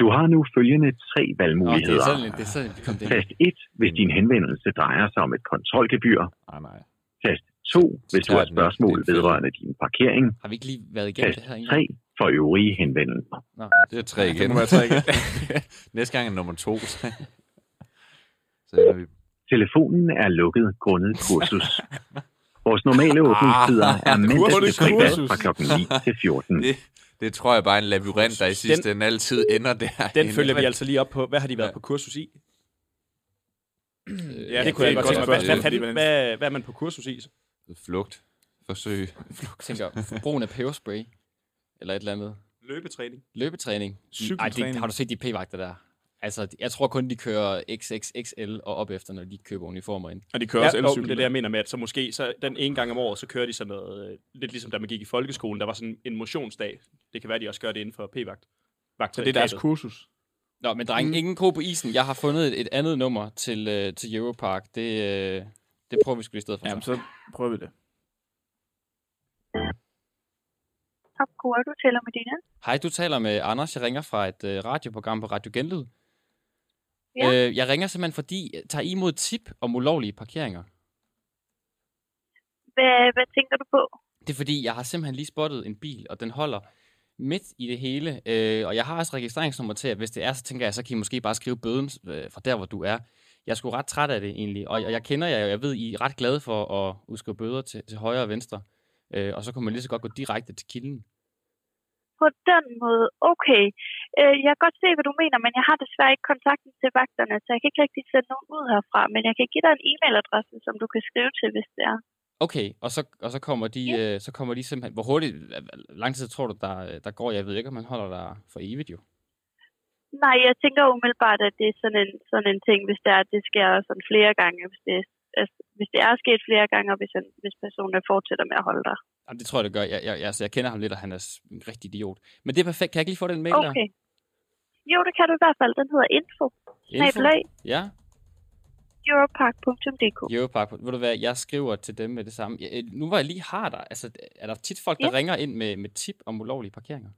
Du har nu følgende tre
Nå, det er
valgmuligheder.
sådan, lidt- det er sådan, vi kom det.
Tast 1, hvis din henvendelse drejer sig om et kontrolgebyr.
Nej, Ah, nej.
Tast 2, hvis du har
Starten,
spørgsmål
det er fedt.
vedrørende din parkering.
Har vi ikke lige været igennem
Tast
det her?
3
egentlig?
for øvrige henvendelser.
Nå,
Det er tre igen.
Det må være tre igen.
*laughs* Næste gang er nummer to. *laughs* så så ender vi...
Telefonen er lukket grundet kursus. Vores normale åbningstider er mandag til fredag
kursus.
fra
Kursus.
kl. 9 til 14.
Det, det tror jeg bare er en labyrint, der i sidste ende altid ender der.
Den følger vi altså lige op på. Hvad har de været ja. på kursus i?
Øh,
Ja,
det kunne jeg godt
godt
tænke
hvad,
mig.
hvad,
Fordi
hvad,
man-
hvad, hvad er man på kursus i?
Flugt. Forsøg.
tænker, brugen af peberspray, eller et eller andet.
Løbetræning.
Løbetræning.
Cykeltræning.
Ej, det, har du set de p-vagter der? Altså, jeg tror kun, de kører XXXL og op efter, når de køber uniformer ind.
Og de kører
Ja,
også
jo, men
elcykler.
det er det, jeg mener med, at så måske så den ene gang om året, så kører de sådan noget, øh, lidt ligesom da man gik i folkeskolen, der var sådan en motionsdag. Det kan være, de også gør det inden for p-vagt. Vagt
Så det er deres kursus.
Nå, men dreng, mm. ingen ko på isen. Jeg har fundet et, et andet nummer til, øh, til Europark. Det, øh, det prøver vi sgu i stedet for.
Jamen,
så.
så prøver vi det.
Top Kora, du taler med Dina.
Hej, du taler med Anders. Jeg ringer fra et øh, radioprogram på Radio Genlyd.
Ja.
Øh, jeg ringer simpelthen, fordi øh, tager I imod tip om ulovlige parkeringer?
Hvad, hvad tænker du på?
Det er fordi, jeg har simpelthen lige spottet en bil, og den holder midt i det hele. Øh, og jeg har også registreringsnummer til, at hvis det er, så tænker jeg, så kan I måske bare skrive bøden øh, fra der, hvor du er. Jeg er sgu ret træt af det egentlig, og, og jeg kender jer, og jeg ved, I er ret glade for at udskrive bøder til, til højre og venstre. Øh, og så kunne man lige så godt gå direkte til kilden.
På den måde, okay. Øh, jeg kan godt se, hvad du mener, men jeg har desværre ikke kontakten til vagterne, så jeg kan ikke rigtig sende nogen ud herfra, men jeg kan give dig en e-mailadresse, som du kan skrive til, hvis det er.
Okay, og så, og så, kommer, de, øh, så kommer de simpelthen... Hvor hurtigt, hvor lang tid tror du, der, øh, der går? Jeg ved ikke, om man holder der for evigt jo.
Nej, jeg tænker umiddelbart, at det er sådan en, sådan en ting, hvis det er, at det sker sådan flere gange, hvis det, altså, hvis det er sket flere gange, og hvis, en, hvis personen fortsætter med at holde dig.
Jamen, det tror jeg, det gør. Jeg, jeg, jeg, altså, jeg kender ham lidt, og han er s- en rigtig idiot. Men det er perfekt. Kan jeg ikke lige få den mail der?
Okay. Jo, det kan du i hvert fald. Den hedder info.
Info?
Snabelag.
Ja,
Europark.dk.
Geopark. Ved du hvad, jeg skriver til dem med det samme. Jeg, øh, nu hvor jeg lige har dig, altså, er der tit folk, der
Ja.
ringer ind med, med tip om ulovlige parkeringer?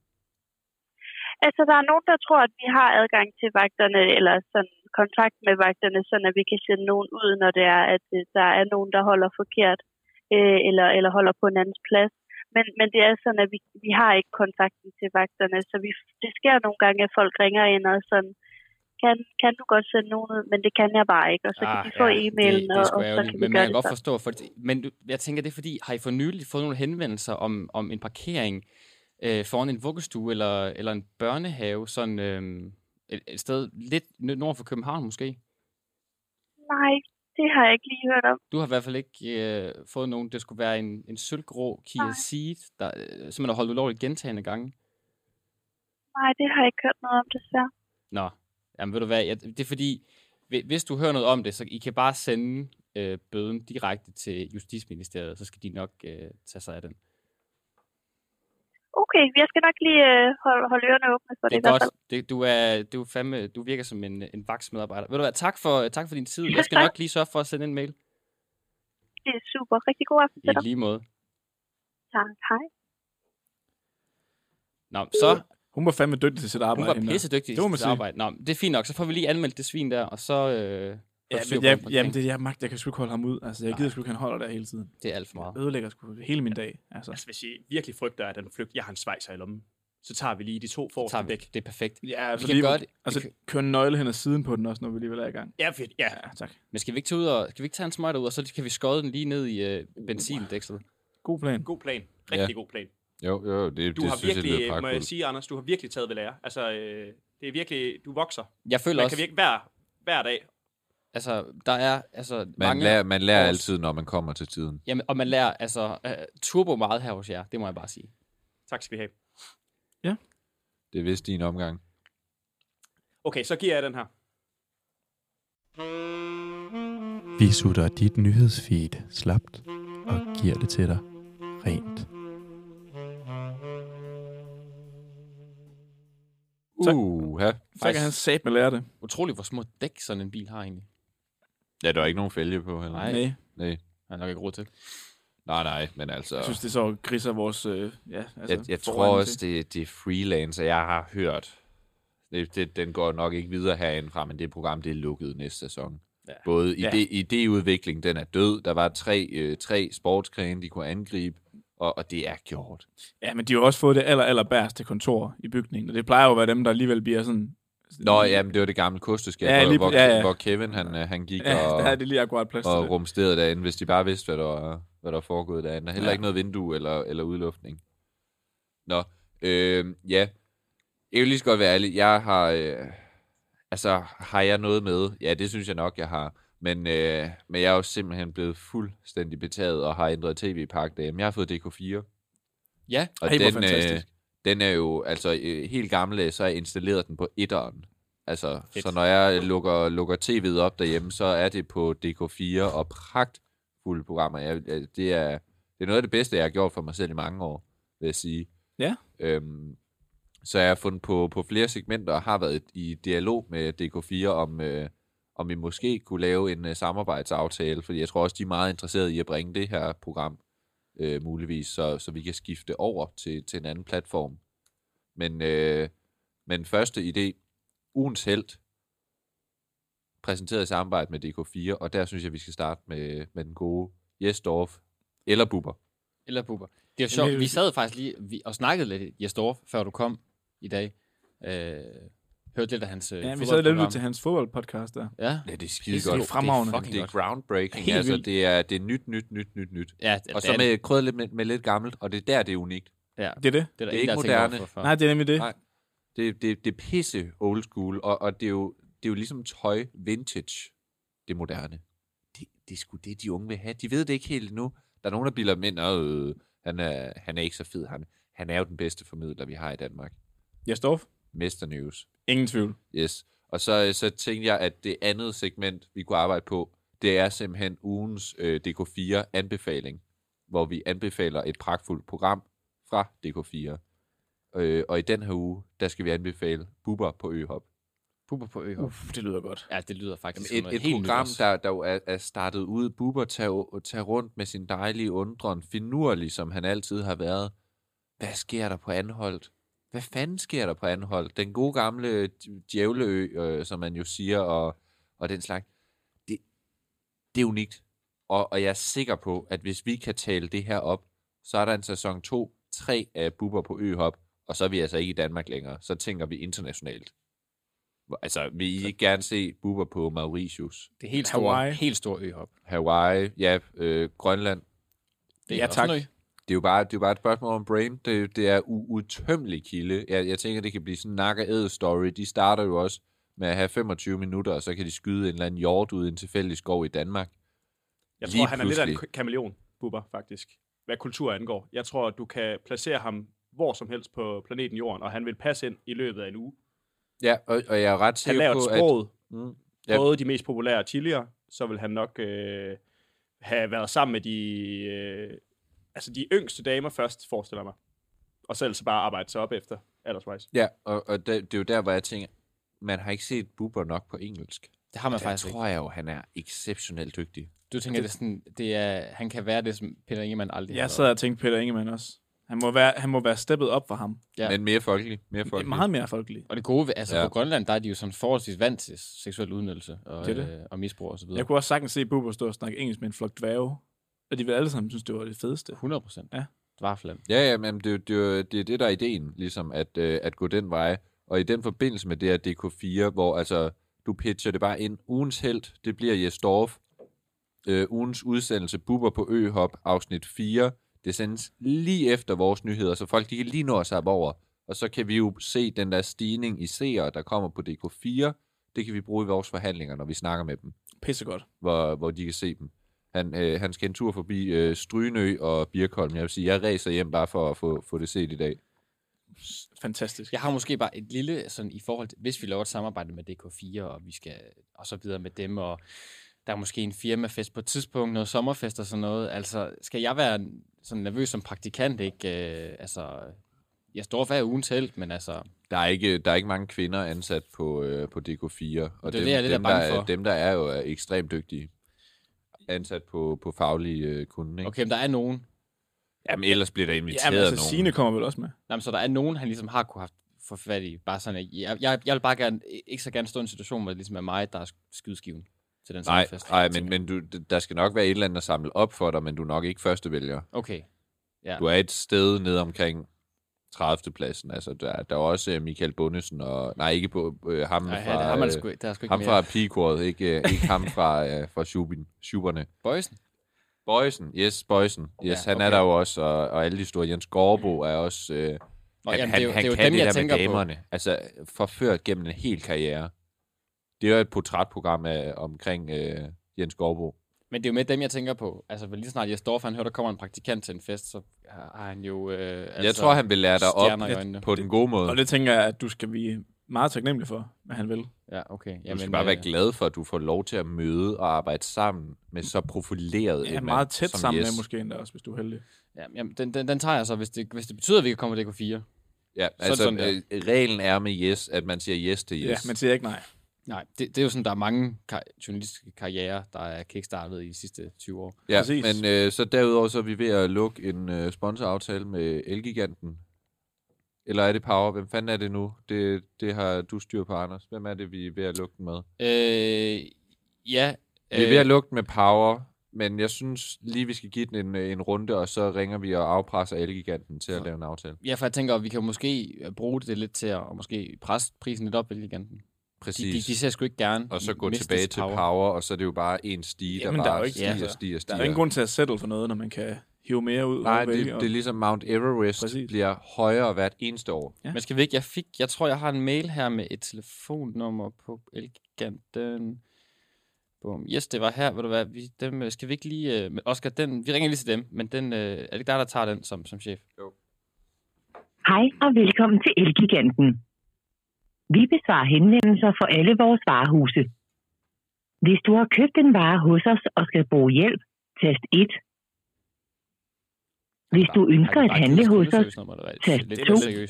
Altså, der er nogen, der tror, at vi har adgang til vagterne, eller sådan kontakt med vagterne, sådan at vi kan sende nogen ud, når det er, at øh, der er nogen, der holder forkert, øh, eller, eller holder på en andens plads. Men, men det er sådan, at vi, vi har ikke kontakten til vagterne, så vi, det sker nogle gange, at folk ringer ind og sådan, kan, kan du godt sende nogen ud, men det kan jeg bare ikke, og så kan de få e-mailen,
Ah, det, det er
og,
sgu
og så
ærgerligt,
kan vi
men man
gøre
kan
det
godt
sådan.
forstå. For, men du- jeg tænker, det er fordi, har I for nylig fået nogle henvendelser om, om en parkering øh, foran en vuggestue eller, eller en børnehave, sådan øh, et, et sted lidt n- nord for København måske?
Nej, det har jeg ikke lige hørt om.
Du har i hvert fald ikke øh, fået nogen. Det skulle være en, en sølvgrå Kia
Nej.
Ceed, der øh, simpelthen har holdt ulovligt gentagende gange.
Nej, det har jeg ikke hørt noget om, desværre.
Nå, jamen ved du hvad, jeg, det er fordi, hvi- hvis du hører noget om det, så I kan bare sende øh, bøden direkte til Justitsministeriet, så skal de nok øh, tage sig af den.
Okay, jeg skal nok lige øh, holde, holde ørerne åbne for det,
Det
i
er
hvert
godt.
fald.
Det, du, er, du, er fandme, du virker som en, en vaksmedarbejder. Ved du hvad, tak for, tak for din
*laughs*
tid. Jeg skal
tak.
nok lige sørge for at sende en mail.
Det er super. Rigtig god aften
I
til dig.
lige måde.
Tak. Hej.
Nå, så
Hun var fandme dygtig til sit
hun
arbejde.
var
hende der.
pissedygtig
Det må
til
man
sit
sige.
arbejde. Nå, men det er fint nok. Så får vi lige anmeldt det svin der, og så... Øh,
Ja,
får styr
men
på
jeg,
den
jamen,
parkering.
det er jeg magt. Jeg kan sgu ikke holde ham ud. Altså, jeg gider sgu ikke, han holder der hele tiden.
det er alt for meget.
Jeg ødelægger sgu hele min dag. Altså.
Altså, hvis I virkelig frygter, at han flygter, jeg har en svejser i lommen, så tager vi lige de to
Så tager
forreste
vi.
væk.
Det er perfekt.
Ja, altså,
kan
lige,
gøre det. Vi
altså
kan-
køre en nøgle hen ad siden på den også, når vi alligevel er i gang.
Ja, fedt. Ja.
Ja, tak.
Men skal vi ikke tage, ud og, skal vi ikke tage en smøjter ud, og så kan vi skåde den lige ned i øh, benzindækslet?
God plan.
God plan. Rigtig god plan.
Jo, jo, det,
Du
det
har
synes jeg
virkelig,
lyder
må jeg
pragtfuldt.
sige, Anders, du har virkelig taget ved lære. Altså, øh, det er virkelig, du vokser.
Jeg føler
Man
også...
kan virke hver, hver dag.
Altså, der er altså
Man
mange...
lærer, man lærer
års-
altid, når man kommer til tiden.
Jamen, og man lærer altså uh, turbo meget her hos jer, det må jeg bare sige.
Tak skal vi have.
Det er vist din omgang.
Okay, så giver jeg den her.
Vi sutter dit nyhedsfeed slapt og giver det til dig rent.
Tak.
Uh, ja.
Så kan han satme lære det.
Utroligt, hvor små dæk sådan en bil har egentlig.
ja, der er ikke nogen fælge på heller.
Nej.
Nej.
Nej,
Han har nok ikke råd til.
nej, nej men altså...
Jeg synes, det så griser vores... Øh, ja, altså,
jeg,
forvejen
jeg tror
til.
også, det, det er freelancer, jeg har hørt. Det, det, den går nok ikke videre herindefra, men det program, det er lukket næste sæson. Ja. Både
Ja.
ide, idéudvikling, den er død. Der var tre, øh, tre sportsgrene, de kunne angribe, og, og det er gjort.
Ja, men de har jo også fået det aller, aller bærste kontor i bygningen, og det plejer jo at være dem, der alligevel bliver sådan...
Nå, ja, men det var det gamle kosteskab,
Ja,
ja,
lige
hvor,
pr- ja, ja.
hvor Kevin han, øh, han gik
Ja,
og,
der er det lige akkurat plads til
og
det.
rumsterede derinde, hvis de bare vidste, hvad der, var- hvad der er foregået derinde. Der er heller
Ja.
ja. ikke noget vindue eller, eller udluftning. Nå, øh, ja. Jeg vil lige så godt være ærlig. Jeg har... Øh, altså, har jeg noget med? Ja, det synes jeg nok, jeg har. Men, øh, men jeg er jo simpelthen blevet fuldstændig betaget og har ændret tv-pakke derhjemme. Jeg har fået DK4.
Ja,
Og
Ej, hvor
den, øh,
fantastisk.
den er jo, altså øh, helt gammel, så har jeg installeret den på etteren. Altså, så når jeg lukker, lukker tv'et op derhjemme, så er det på DK4 og pragtfulde programmer. Jeg, jeg- det, er, det er noget af det bedste, jeg har gjort for mig selv i mange år, vil jeg sige.
Ja.
Øhm, så jeg har fundet på, på flere segmenter og har været i dialog med DK4 om, øh, om vi måske kunne lave en øh, samarbejdsaftale, fordi jeg tror også, de er meget interesserede i at bringe det her program øh, muligvis, så, så vi kan skifte over til, til en anden platform. Men, øh, men første idé, ugens held, præsenteret i samarbejde med DK4, og der synes jeg, vi skal starte med, med den gode Jesdorf eller Bubber.
Eller buber. Det er jo
Jamen, det er
sjovt.
jo-
Vi sad faktisk lige vi, og snakkede lidt, Jes Dorf, før du kom i dag. Øh, hørte lidt af hans øh,
Ja, vi sad og
fodboldprogram.
lyttede til hans fodboldpodcast der.
Ja.
Ja, det er
Det
skide
er
godt.
fremragende.
Det er, fucking det er
godt.
groundbreaking.
Helt
altså,
vildt.
det er, det er nyt, nyt, nyt, nyt, nyt.
Ja,
det-
og
det
så
er
med krydret lidt med, med lidt gammelt, og det er der, det er unikt.
Ja.
Det er det.
Det er,
der
det er
ingen,
ikke
der har tænkt
moderne.
over for før. Nej, det er nemlig det.
Nej. Det, det, det er pisse old school, og, og det, er jo, det er jo ligesom tøj vintage, det moderne. Det, det er sgu det, de unge vil have. De ved det ikke helt nu. Der er nogen, der bilder dem ind, og øh, han, er, han er ikke så fed. Han, han er jo den bedste formidler, vi har i Danmark.
Jeg står
Mester News.
Ingen tvivl.
Yes. Og så, øh, så tænkte jeg, at det andet segment, vi kunne arbejde på, det er simpelthen ugens øh, DK4-anbefaling, hvor vi anbefaler et pragtfuldt program fra DK4. Øh, og i den her uge, der skal vi anbefale Bubber på Øhop.
Bubber på Øhop.
Uff, det lyder godt.
Ja, det lyder faktisk
Jamen,
som
et, et
helt nyt
program,
også.
der, der jo er, er startet ud. Bubber tager, tager rundt med sin dejlige undren, finurlig, som han altid har været. Hvad sker der på Anholdt? Hvad fanden sker der på Anholdt? Den gode gamle dj- djævleø, øh, som man jo siger, og, og den slags. Det, det er unikt. Og, og jeg er sikker på, at hvis vi kan tale det her op, så er der en sæson 2, 3 af Bubber på Øhop, og så er vi altså ikke i Danmark længere. Så tænker vi internationalt. Hvor- Altså, vil I ikke gerne se Bubber på Mauritius?
Det er helt store- Hawaii. helt store øhop.
Hawaii, ja, øh, Grønland.
Det er Ja, også tak. en ø.
Det er, jo bare, det er jo bare et spørgsmål om brain. Det, det er uudtømmelig kilde. Jeg, jeg tænker, det kan blive sådan en nakkeæd story. De starter jo også med at have 25 minutter, og så kan de skyde en eller anden hjort ud i en tilfældig skov i Danmark.
Jeg tror,
Lige
han er lidt af en
pludselig.
k- kameleon, Bubber, faktisk. Hvad kultur angår. Jeg tror, at du kan placere ham hvor som helst på planeten Jorden, og han vil passe ind i løbet af en uge.
Ja, og, og jeg er ret
Han
sikker
lærer
på,
et sproget.
at... Mm,
Ja. Både de mest populære chilier, så vil han nok øh, have været sammen med de, øh, altså de yngste damer først, forestiller jeg mig. Og selv så bare arbejde sig op efter, aldersvejs.
Ja, og, og det, det er jo der, hvor jeg tænker, man har ikke set Bubber nok på engelsk.
Det har man
der
faktisk
tror
ikke.
jeg jo, han er exceptionelt dygtig.
Du tænker, det, det, er sådan, det er, han kan være det, som Peter Ingemann aldrig har
Jeg
været.
sad og tænkte Peter Ingemann også. Han må være, han må være steppet op for ham.
Ja. Men
mere folkelig. Mere
folkelig. Meget mere folkelig.
Og det gode ved, altså
Ja.
ja. på Grønland, der er de jo sådan forholdsvis vant til seksuel udnyttelse og,
Det er
det
det.
Øh, og misbrug og så videre.
Jeg kunne også sagtens se Bubber stå og snakke engelsk med en flok dværge. Og de vil alle sammen synes, det var det fedeste.
100 procent.
Ja.
Dvarfland.
Ja, ja, men det, er jo- det, er jo- det er det, der er ideen, ligesom, at, øh, at gå den vej. Og i den forbindelse med det her DK4, hvor altså, du pitcher det bare ind. Ugens held, det bliver Jes Dorf. Øh, ugens udsendelse, Bubber på Øhop, afsnit 4. Det sendes lige efter vores nyheder, så folk de kan lige nå at sappe over. Og så kan vi jo se den der stigning i seere, der kommer på DK4. Det kan vi bruge i vores forhandlinger, når vi snakker med dem.
Pissegodt.
Hvor, hvor de kan se dem. Han, øh, han skal en tur forbi øh, Strynø og Birkholm. Jeg vil sige, jeg ræser hjem bare for at få, få det set i dag.
Fantastisk.
Jeg har måske bare et lille, sådan i forhold til, hvis vi laver et samarbejde med DK4, og vi skal, og så videre med dem, og der er måske en firmafest på et tidspunkt, noget sommerfest og sådan noget. Altså, skal jeg være en- sådan nervøs som praktikant, ikke? Øh, altså, jeg står for ugen til, men altså,
Der er ikke, der er ikke mange kvinder ansat på, øh, på DK4, og
det,
dem,
jeg er lidt
dem,
er bange
der,
for.
dem, der er jo er ekstremt dygtige. Ansat på, på faglige øh, kunder. Ikke?
Okay, men der er nogen.
Jamen, ellers bliver der inviteret
Jamen, altså,
nogen.
Signe kommer vel også med.
Jamen, så der er nogen, han ligesom har kunne have få fat i. Bare sådan, at jeg, jeg, jeg vil bare gerne, ikke så gerne stå i en situation, hvor det ligesom er mig, der er skydeskiven til den
Nej,
sommerfest.
nej men, men du, der skal nok være et eller andet at samle op for dig, men du er nok ikke førstevælger.
Okay. Ja.
Du er et sted nede omkring 30. pladsen. Altså, der, der er også øh, Michael Bundesen og... Nej, ikke på, øh, ham
Nej,
fra...
der har man
øh,
sgu- der er sgu ikke
ham
mere.
fra Picoret, ikke, øh, ikke ham fra, øh, fra Schubin, Schuberne.
Bøjsen?
Bøjsen, yes, Bøjsen. Yes,
Ja,
ja, han er
okay.
der jo også, og, og alle de store. Jens Gårdbo er også... Øh,
Nå,
han,
jamen,
han,
det er jo-
han
det er jo
kan
dem,
det
jeg
der med
tænker på.
damerne. Altså, forført gennem en hel karriere. Det er jo et portrætprogram af, omkring øh, Jens Gårdbo.
Men det er jo med dem, jeg tænker på. Altså, lige så snart jeg står for, han hører, der kommer en praktikant til en fest, så har han jo... Øh, altså,
tror, han vil lære dig op
stjerner i øjnene.
på den gode måde.
Og det tænker jeg, at du skal vi meget taknemmelig for, hvad han vil.
Ja, okay. øh,
Jamen, du skal bare være glad for, at du får lov til at møde og arbejde sammen med så profileret
Ja,
en
meget
mand
tæt
som
sammen
Jes.
med måske endda også, hvis du er heldig.
Ja, jamen, den, den, den tager jeg så, hvis det, hvis det betyder, at vi kan komme på DK4.
Ja,
Så er det
altså
sådan
sådan,
der.
øh, reglen er med yes, at man siger yes til yes.
Ja, man
siger ikke nej.
Nej, det, det er jo sådan, der er mange kar- journalistiske karrierer, der er kickstartet i de sidste 20 år.
Ja, men øh, så derudover så er vi ved at lukke en øh, sponsoraftale med Elgiganten. Eller er det Power? Hvem fanden er det nu? Det, det har du styr på, Anders. Hvem er det, vi er ved at lukke den med?
Øh, ja.
Vi er
Øh.
ved at lukke den med Power, men jeg synes lige, vi skal give den en, øh, en runde, og så ringer vi og afpresser Elgiganten til at lave en aftale.
Ja, for jeg tænker, at vi kan måske øh, bruge det lidt til at og måske presse prisen lidt op ved giganten.
Præcis.
De, de, de ser sgu ikke gerne
Og så gå
miste
tilbage
deres
til power. og så er det jo bare en stige, der
Jamen,
bare
der er jo ikke,
stiger,
altså,
stiger, stiger.
Der er jo ingen grund til at settle for noget, når man kan hive mere ud.
Nej,
og
det,
vælge, og-
det er ligesom Mount Everest Præcis. bliver højere hvert eneste år.
Ja. Men skal vi ikke, jeg fik, jeg tror, jeg har en mail her med et telefonnummer på Elgiganten. Bum. Yes, det var her, ved du hvad, vi, dem, øh, skal vi ikke lige, øh, men Oscar, den, vi ringer lige til dem, men den, øh, er det ikke dig, der tager den som, som chef? Jo.
Hej og velkommen til Elgiganten. Vi besvarer henvendelser for alle vores varehuse. Hvis du har købt en vare hos os og skal bruge hjælp, tast 1. Hvis du ønsker at handle hos os, tast
Det er
2.
lidt,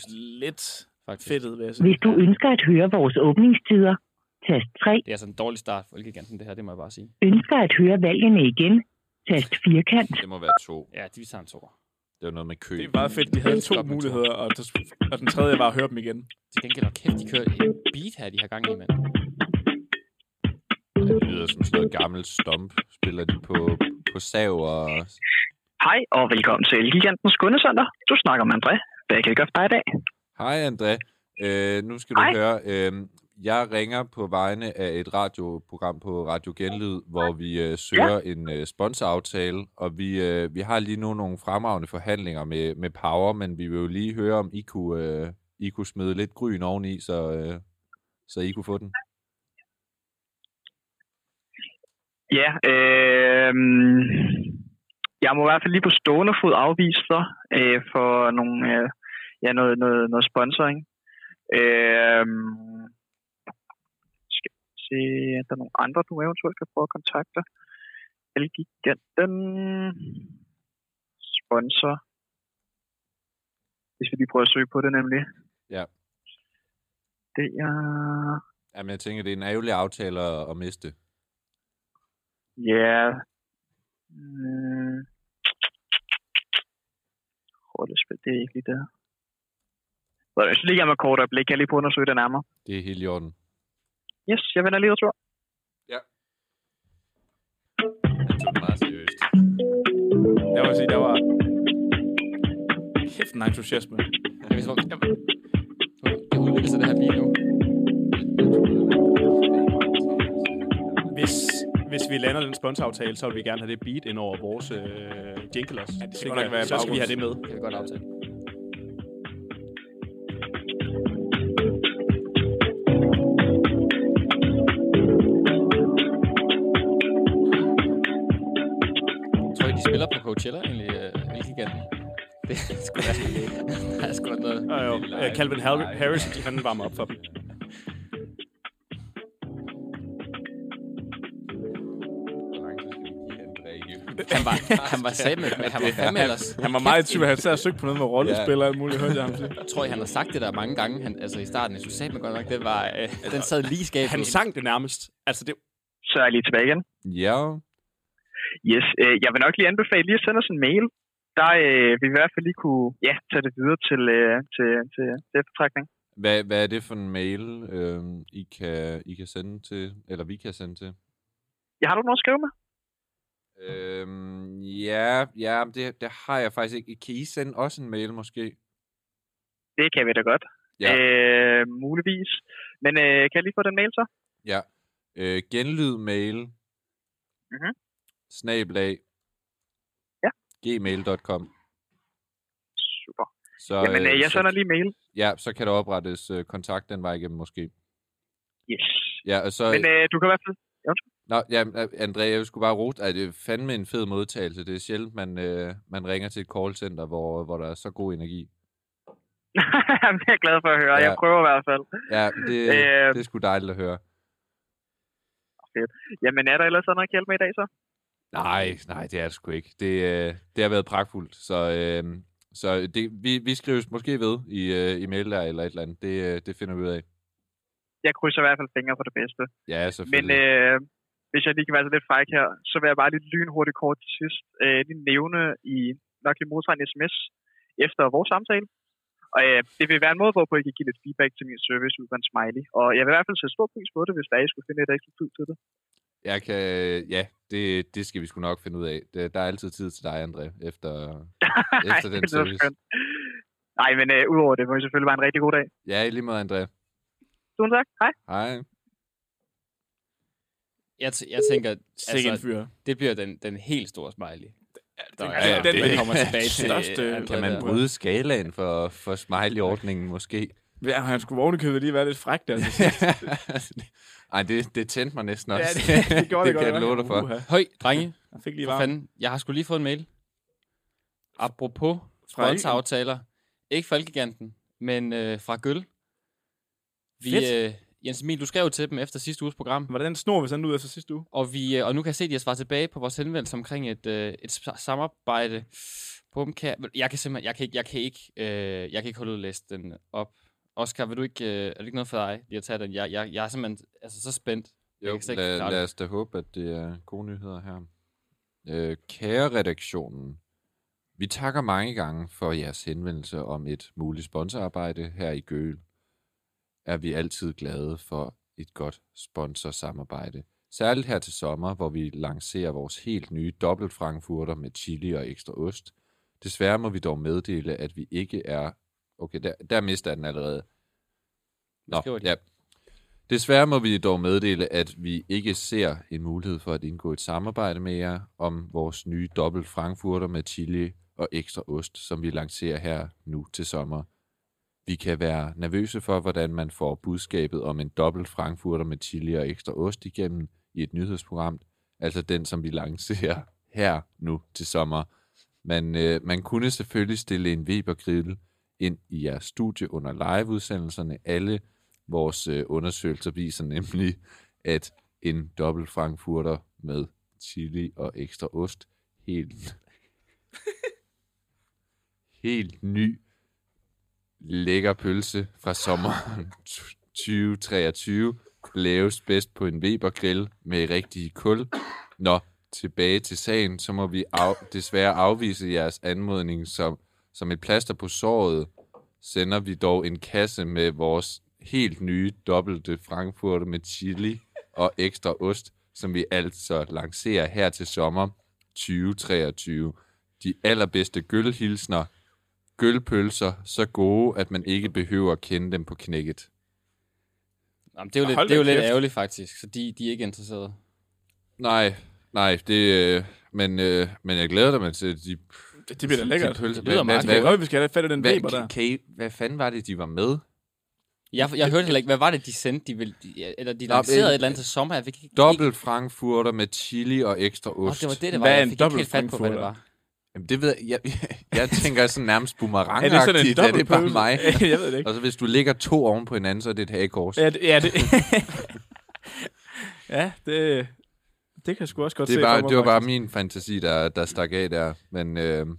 lidt fedtet, vil jeg sige.
Hvis du ønsker at høre vores åbningstider, tast 3.
Det er altså en dårlig start for Elgiganten, det her, det må jeg bare sige.
Ønsker at høre valgene igen, tast firkant.
Det må være to.
Ja, de tager en to.
Det var noget med kø.
Det er meget fedt, de havde to muligheder, og, der- og den tredje var at høre dem igen.
Til gengæld, og kæft, de kører en beat her, de har gang i, mand.
Det lyder som sådan noget gammelt stomp. Spiller de på, på sav og...
Hej og velkommen til Elgigantens kundesønder. Du snakker med André. Hvad kan vi gøre for dig i dag?
Hej André, øh, nu skal du Hej. høre. Øh, jeg ringer på vegne af et radioprogram på Radio Genlyd, hvor vi øh, søger ja. en øh, sponsoraftale, og vi, øh, vi har lige nu nogle fremragende forhandlinger med, med Power, men vi vil jo lige høre, om I kunne, øh, I kunne smide lidt gryn oveni, så, øh, så I kunne få den.
Ja, øh, jeg må i hvert fald lige på stående fod afvise dig øh, for nogle, øh, ja, noget, noget, noget sponsoring. Øh, skal vi se, er der nogle andre, du eventuelt kan prøve at kontakte? Elgiganten. Sponsor. Hvis vi lige prøver at søge på det nemlig.
Ja.
Det er...
Jamen, jeg tænker, det er en ærgerlig aftale at, at miste.
Ja. Mm. Rollespil, det er ikke lige der. Så jeg synes lige, jeg med kort øjeblik. Jeg er lige på at undersøge det nærmere.
Det er helt i orden.
Yes, jeg vender lige retur.
Meget seriøst.
Jeg vil sige, der var... Kæft en entusiasme.
Jeg vil, det udvikler sig det her lige nu.
Hvis, hvis vi lander den sponsoraftale, så vil vi gerne have det beat ind over vores øh, jingle også. Ja, det
skal nok være
så skal vi have det med.
Det kan vi godt aftale. Tror I, de spiller på Coachella egentlig, øh, Elgiganten? Det er sgu da... *laughs* Der er sgu da noget...
Jo, jo. Øh, Calvin Har- Harris, de- han varmer op for dem.
Han var, *laughs* han var sat med, men han var fandme ellers...
Han var meget i tvivl, han sad og søgte på noget med rollespillere og alt muligt, hørte jeg ham sige.
Jeg tror, han har sagt det der mange gange, han, altså i starten. Jeg synes satme godt nok, det var, øh, den sad lige i skabet.
Han sang det nærmest. Altså, det...
Så er jeg lige tilbage igen.
*laughs* Ja.
Yes, øh, jeg vil nok lige anbefale lige at sende os en mail. Der øh, vil vi i hvert fald lige kunne ja, tage det videre til, øh, til, til, til eftertrækning.
Hvad, hvad er det for en mail, øh, I, kan, I kan sende til, eller vi kan sende til?
Ja, har du noget at skrive med?
Øhm, ja, ja det, det har jeg faktisk ikke. Kan I sende også en mail måske?
Det kan vi da godt.
Ja.
Øh, muligvis. Men øh, kan jeg lige få den mail så?
Ja. Øh, genlyd mail,
Mm-hmm.
snablag,
ja.
gmail.com.
Super.
Så,
Jamen, øh, jeg sender lige mail. *laughs*
Ja, så kan der oprettes øh, kontakt den vej igennem måske.
Yes.
Ja, og så...
Men øh, du kan i hvert fald... Ja, undskyld.
Nå, ja, André, jeg skulle bare rose. Ej, det er fandme en fed modtagelse. Det er sjældent, man, øh, man ringer til et callcenter, hvor, hvor der er så god energi.
det er jeg glad for at høre.
Ja.
Ja. Jeg prøver i hvert fald.
Ja, det,
Øh.
det er sgu dejligt at høre.
Fedt. Jamen er der ellers noget, jeg kan hjælpe med i dag så?
Nej, nej, det er det sgu ikke. Det, øh, det har været pragtfuldt, så, øh, så det, vi, vi skrives måske ved i, øh, i mail der eller et eller andet. Det, øh, det finder vi ud af.
Jeg krydser i hvert fald fingre for det bedste.
Ja,
Men
selvfølgelig.
øh, hvis jeg lige kan være så lidt fræk her, så vil jeg bare lige lynhurtigt kort til sidst øh, lige nævne i nok lige modtager en sms efter vores samtale. Og øh, det vil være en måde, hvorpå I kan give lidt feedback til min service ud fra en smiley. Og jeg vil i hvert fald sætte stor pris på det, hvis der er, I skulle finde et ekstra tid til det.
Jeg kan, ja, det, det skal vi sgu nok finde ud af. Der, der er altid tid til dig,
*laughs*
André, efter, efter
det
den
lyder
service.
skønt. Nej, men øh, udover det, må I selvfølgelig være en rigtig god dag.
Ja, i lige måde, André.
Tusind tak. Hej.
Hej.
Jeg, t- jeg tænker, altså,
Sikke en fyr.
det bliver den, den helt store smiley. Der
Ja, ja,
er, den, man kommer tilbage til. øh, André
kan man
der.
bryde skalaen for, for smiley-ordningen *laughs* måske?
Ja, han skulle ovenikøbet lige være lidt fræk
*laughs*
der. altså? til sidst.
Ej, det, det tændte mig næsten
Ja,
også.
det- det gjorde det
*laughs* det kan
godt
jeg
nok.
love dig for.
Uha.
Høj, drenge.
Jeg fik lige
For
varmt.
fanden, jeg har sgu lige fået en mail. Apropos
Fra Øen.
sponsoraftaler. Ikke Folkegiganten, men øh, fra Gøl. Vi,
Fedt.
øh, Jens Emil, du skrev jo til dem efter sidste uges program.
Hvordan snor vi sådan ud efter sidste uge?
Og, vi, øh, og nu kan jeg se, at de har svaret tilbage på vores henvendelse omkring et, øh, et sa- samarbejde. Bum, kan jeg, jeg kan simpelthen, jeg kan ikke, jeg kan ikke, øh, jeg kan ikke holde ud at læse den op. Oscar, vil du ikke, øh, er det ikke noget for dig lige at tage den? Jeg, jeg, jeg er simpelthen altså, så spændt. Jeg
Jo,
kan slet ikke
lad,
klare det.
lad os da håbe, at det er gode nyheder her. Øh, kære redaktionen, vi takker mange gange for jeres henvendelse om et muligt sponsorarbejde her i Gøl. Er vi altid glade for et godt sponsorsamarbejde. Særligt her til sommer, hvor vi lancerer vores helt nye dobbelt frankfurter med chili og ekstra ost. Desværre må vi dog meddele, at vi ikke er... Okay, der, der mister jeg den allerede. Nå, ja. Desværre må vi dog meddele, at vi ikke ser en mulighed for at indgå et samarbejde med jer om vores nye dobbelt frankfurter med chili og ekstra ost, som vi lancerer her nu til sommer. Vi kan være nervøse for, hvordan man får budskabet om en dobbelt frankfurter med chili og ekstra ost igennem i et nyhedsprogram, altså den, som vi lancerer her nu til sommer. Man, øh, man kunne selvfølgelig stille en Weber-grill ind i jeres studie under liveudsendelserne. Alle vores øh, undersøgelser viser nemlig, at en dobbelt frankfurter med chili og ekstra ost helt helt ny lækker pølse fra sommeren *laughs* 2023 laves bedst på en Weber-grill med rigtige kul. Nå, tilbage til sagen, så må vi af, desværre afvise jeres anmodning som, som et plaster på såret. Sender vi dog en kasse med vores helt nye dobbelte frankfurter med chili og ekstra ost, som vi altså lancerer her til sommer 2023. De allerbedste gølhilsner, gølpølser, så gode, at man ikke behøver at kende dem på knækket.
Jamen, det er jo lidt,
Hold
det er jo
da
lidt
kæft.
ærgerligt faktisk, så de, de er ikke interesserede.
Nej, nej, det... Øh, men, øh, men jeg glæder mig til de...
Det bliver da lækkert.
de pølser.
Det lyder
Hvad-
meget
hvad-
lækkert.
hvad-
Øj, vi skal have fat i den
hvad-
Weber der.
kan I- Hvad fanden var det, de var med?
Jeg, jeg hørte heller ikke, hvad var det, de sendte? De, ville, de, eller de lancerede
men-
et eller andet til sommer. Jeg fik ikke,
Dobbelt frankfurter med chili og ekstra ost.
det var det, det var. Hvad er Jeg en fik ikke dobbelt helt fat på, hvad det frankfurter?
Jamen, det ved jeg. Jeg, jeg *laughs* tænker sådan nærmest boomerang
Er det sådan en
er det bare
*laughs* dobbeltpølse?
mig?
Jeg ved det ikke.
Og så hvis du ligger to oven på hinanden, så er det et hagekors.
Ja, det, ja, det, *laughs* ja, det, det kan jeg sgu også godt
det,
se
er bare,
for mig,
det var bare
faktisk.
min fantasi, der, der stak af der. Men, øh,
Men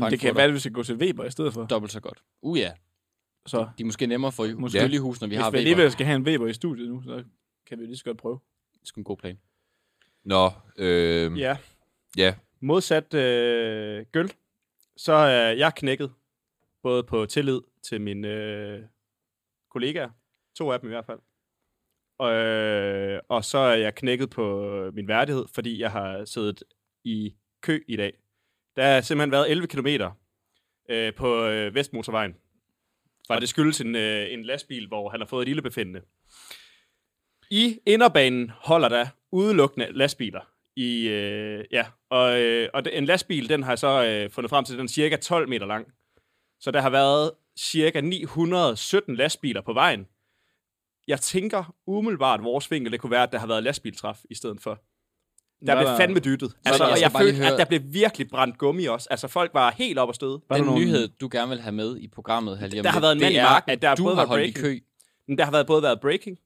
det kan være, at vi skal gå til Weber i stedet for.
Dobbelt så godt. Uh ja.
Så.
De, de er måske nemmere for
Måske.
måske. i hus, når vi
Hvis
har
vi
Weber.
alligevel skal have en Weber i studiet nu, så kan vi jo lige så godt prøve.
Det er en god plan.
Nå, øh,
Ja.
ja.
Modsat øh, gøl, så er jeg knækket. Både på tillid til mine øh, kollegaer. To af dem i hvert fald. Og, øh, og så er jeg knækket på min værdighed, fordi jeg har siddet i kø i dag. Der har simpelthen været 11 kilometer øh, på øh, Vestmotorvejen. Og det skyldes en, øh, en lastbil, hvor han har fået et ildebefindende. I inderbanen holder der udelukkende lastbiler. I, øh, ja, og, øh, og det, en lastbil, den har jeg så øh, fundet frem til, den er cirka 12 meter lang. Så der har været cirka 917 lastbiler på vejen. Jeg tænker umiddelbart, vores vinkel, det kunne være, at der har været lastbiltræf i stedet for. Der
Hvad
blev
var-
fandme dyttet.
Så
Altså,
jeg
og
skal
jeg
bare lige
følte,
høre-
at der blev virkelig brændt gummi også. Altså, folk var helt op og støde.
Den nyhed, du gerne vil have med i programmet her lige om
der har
lidt,
været en
det
mand i
er,
marken,
at
der har
du
både
har
været
holdt i
breaking. kø. Der har været både været breaking,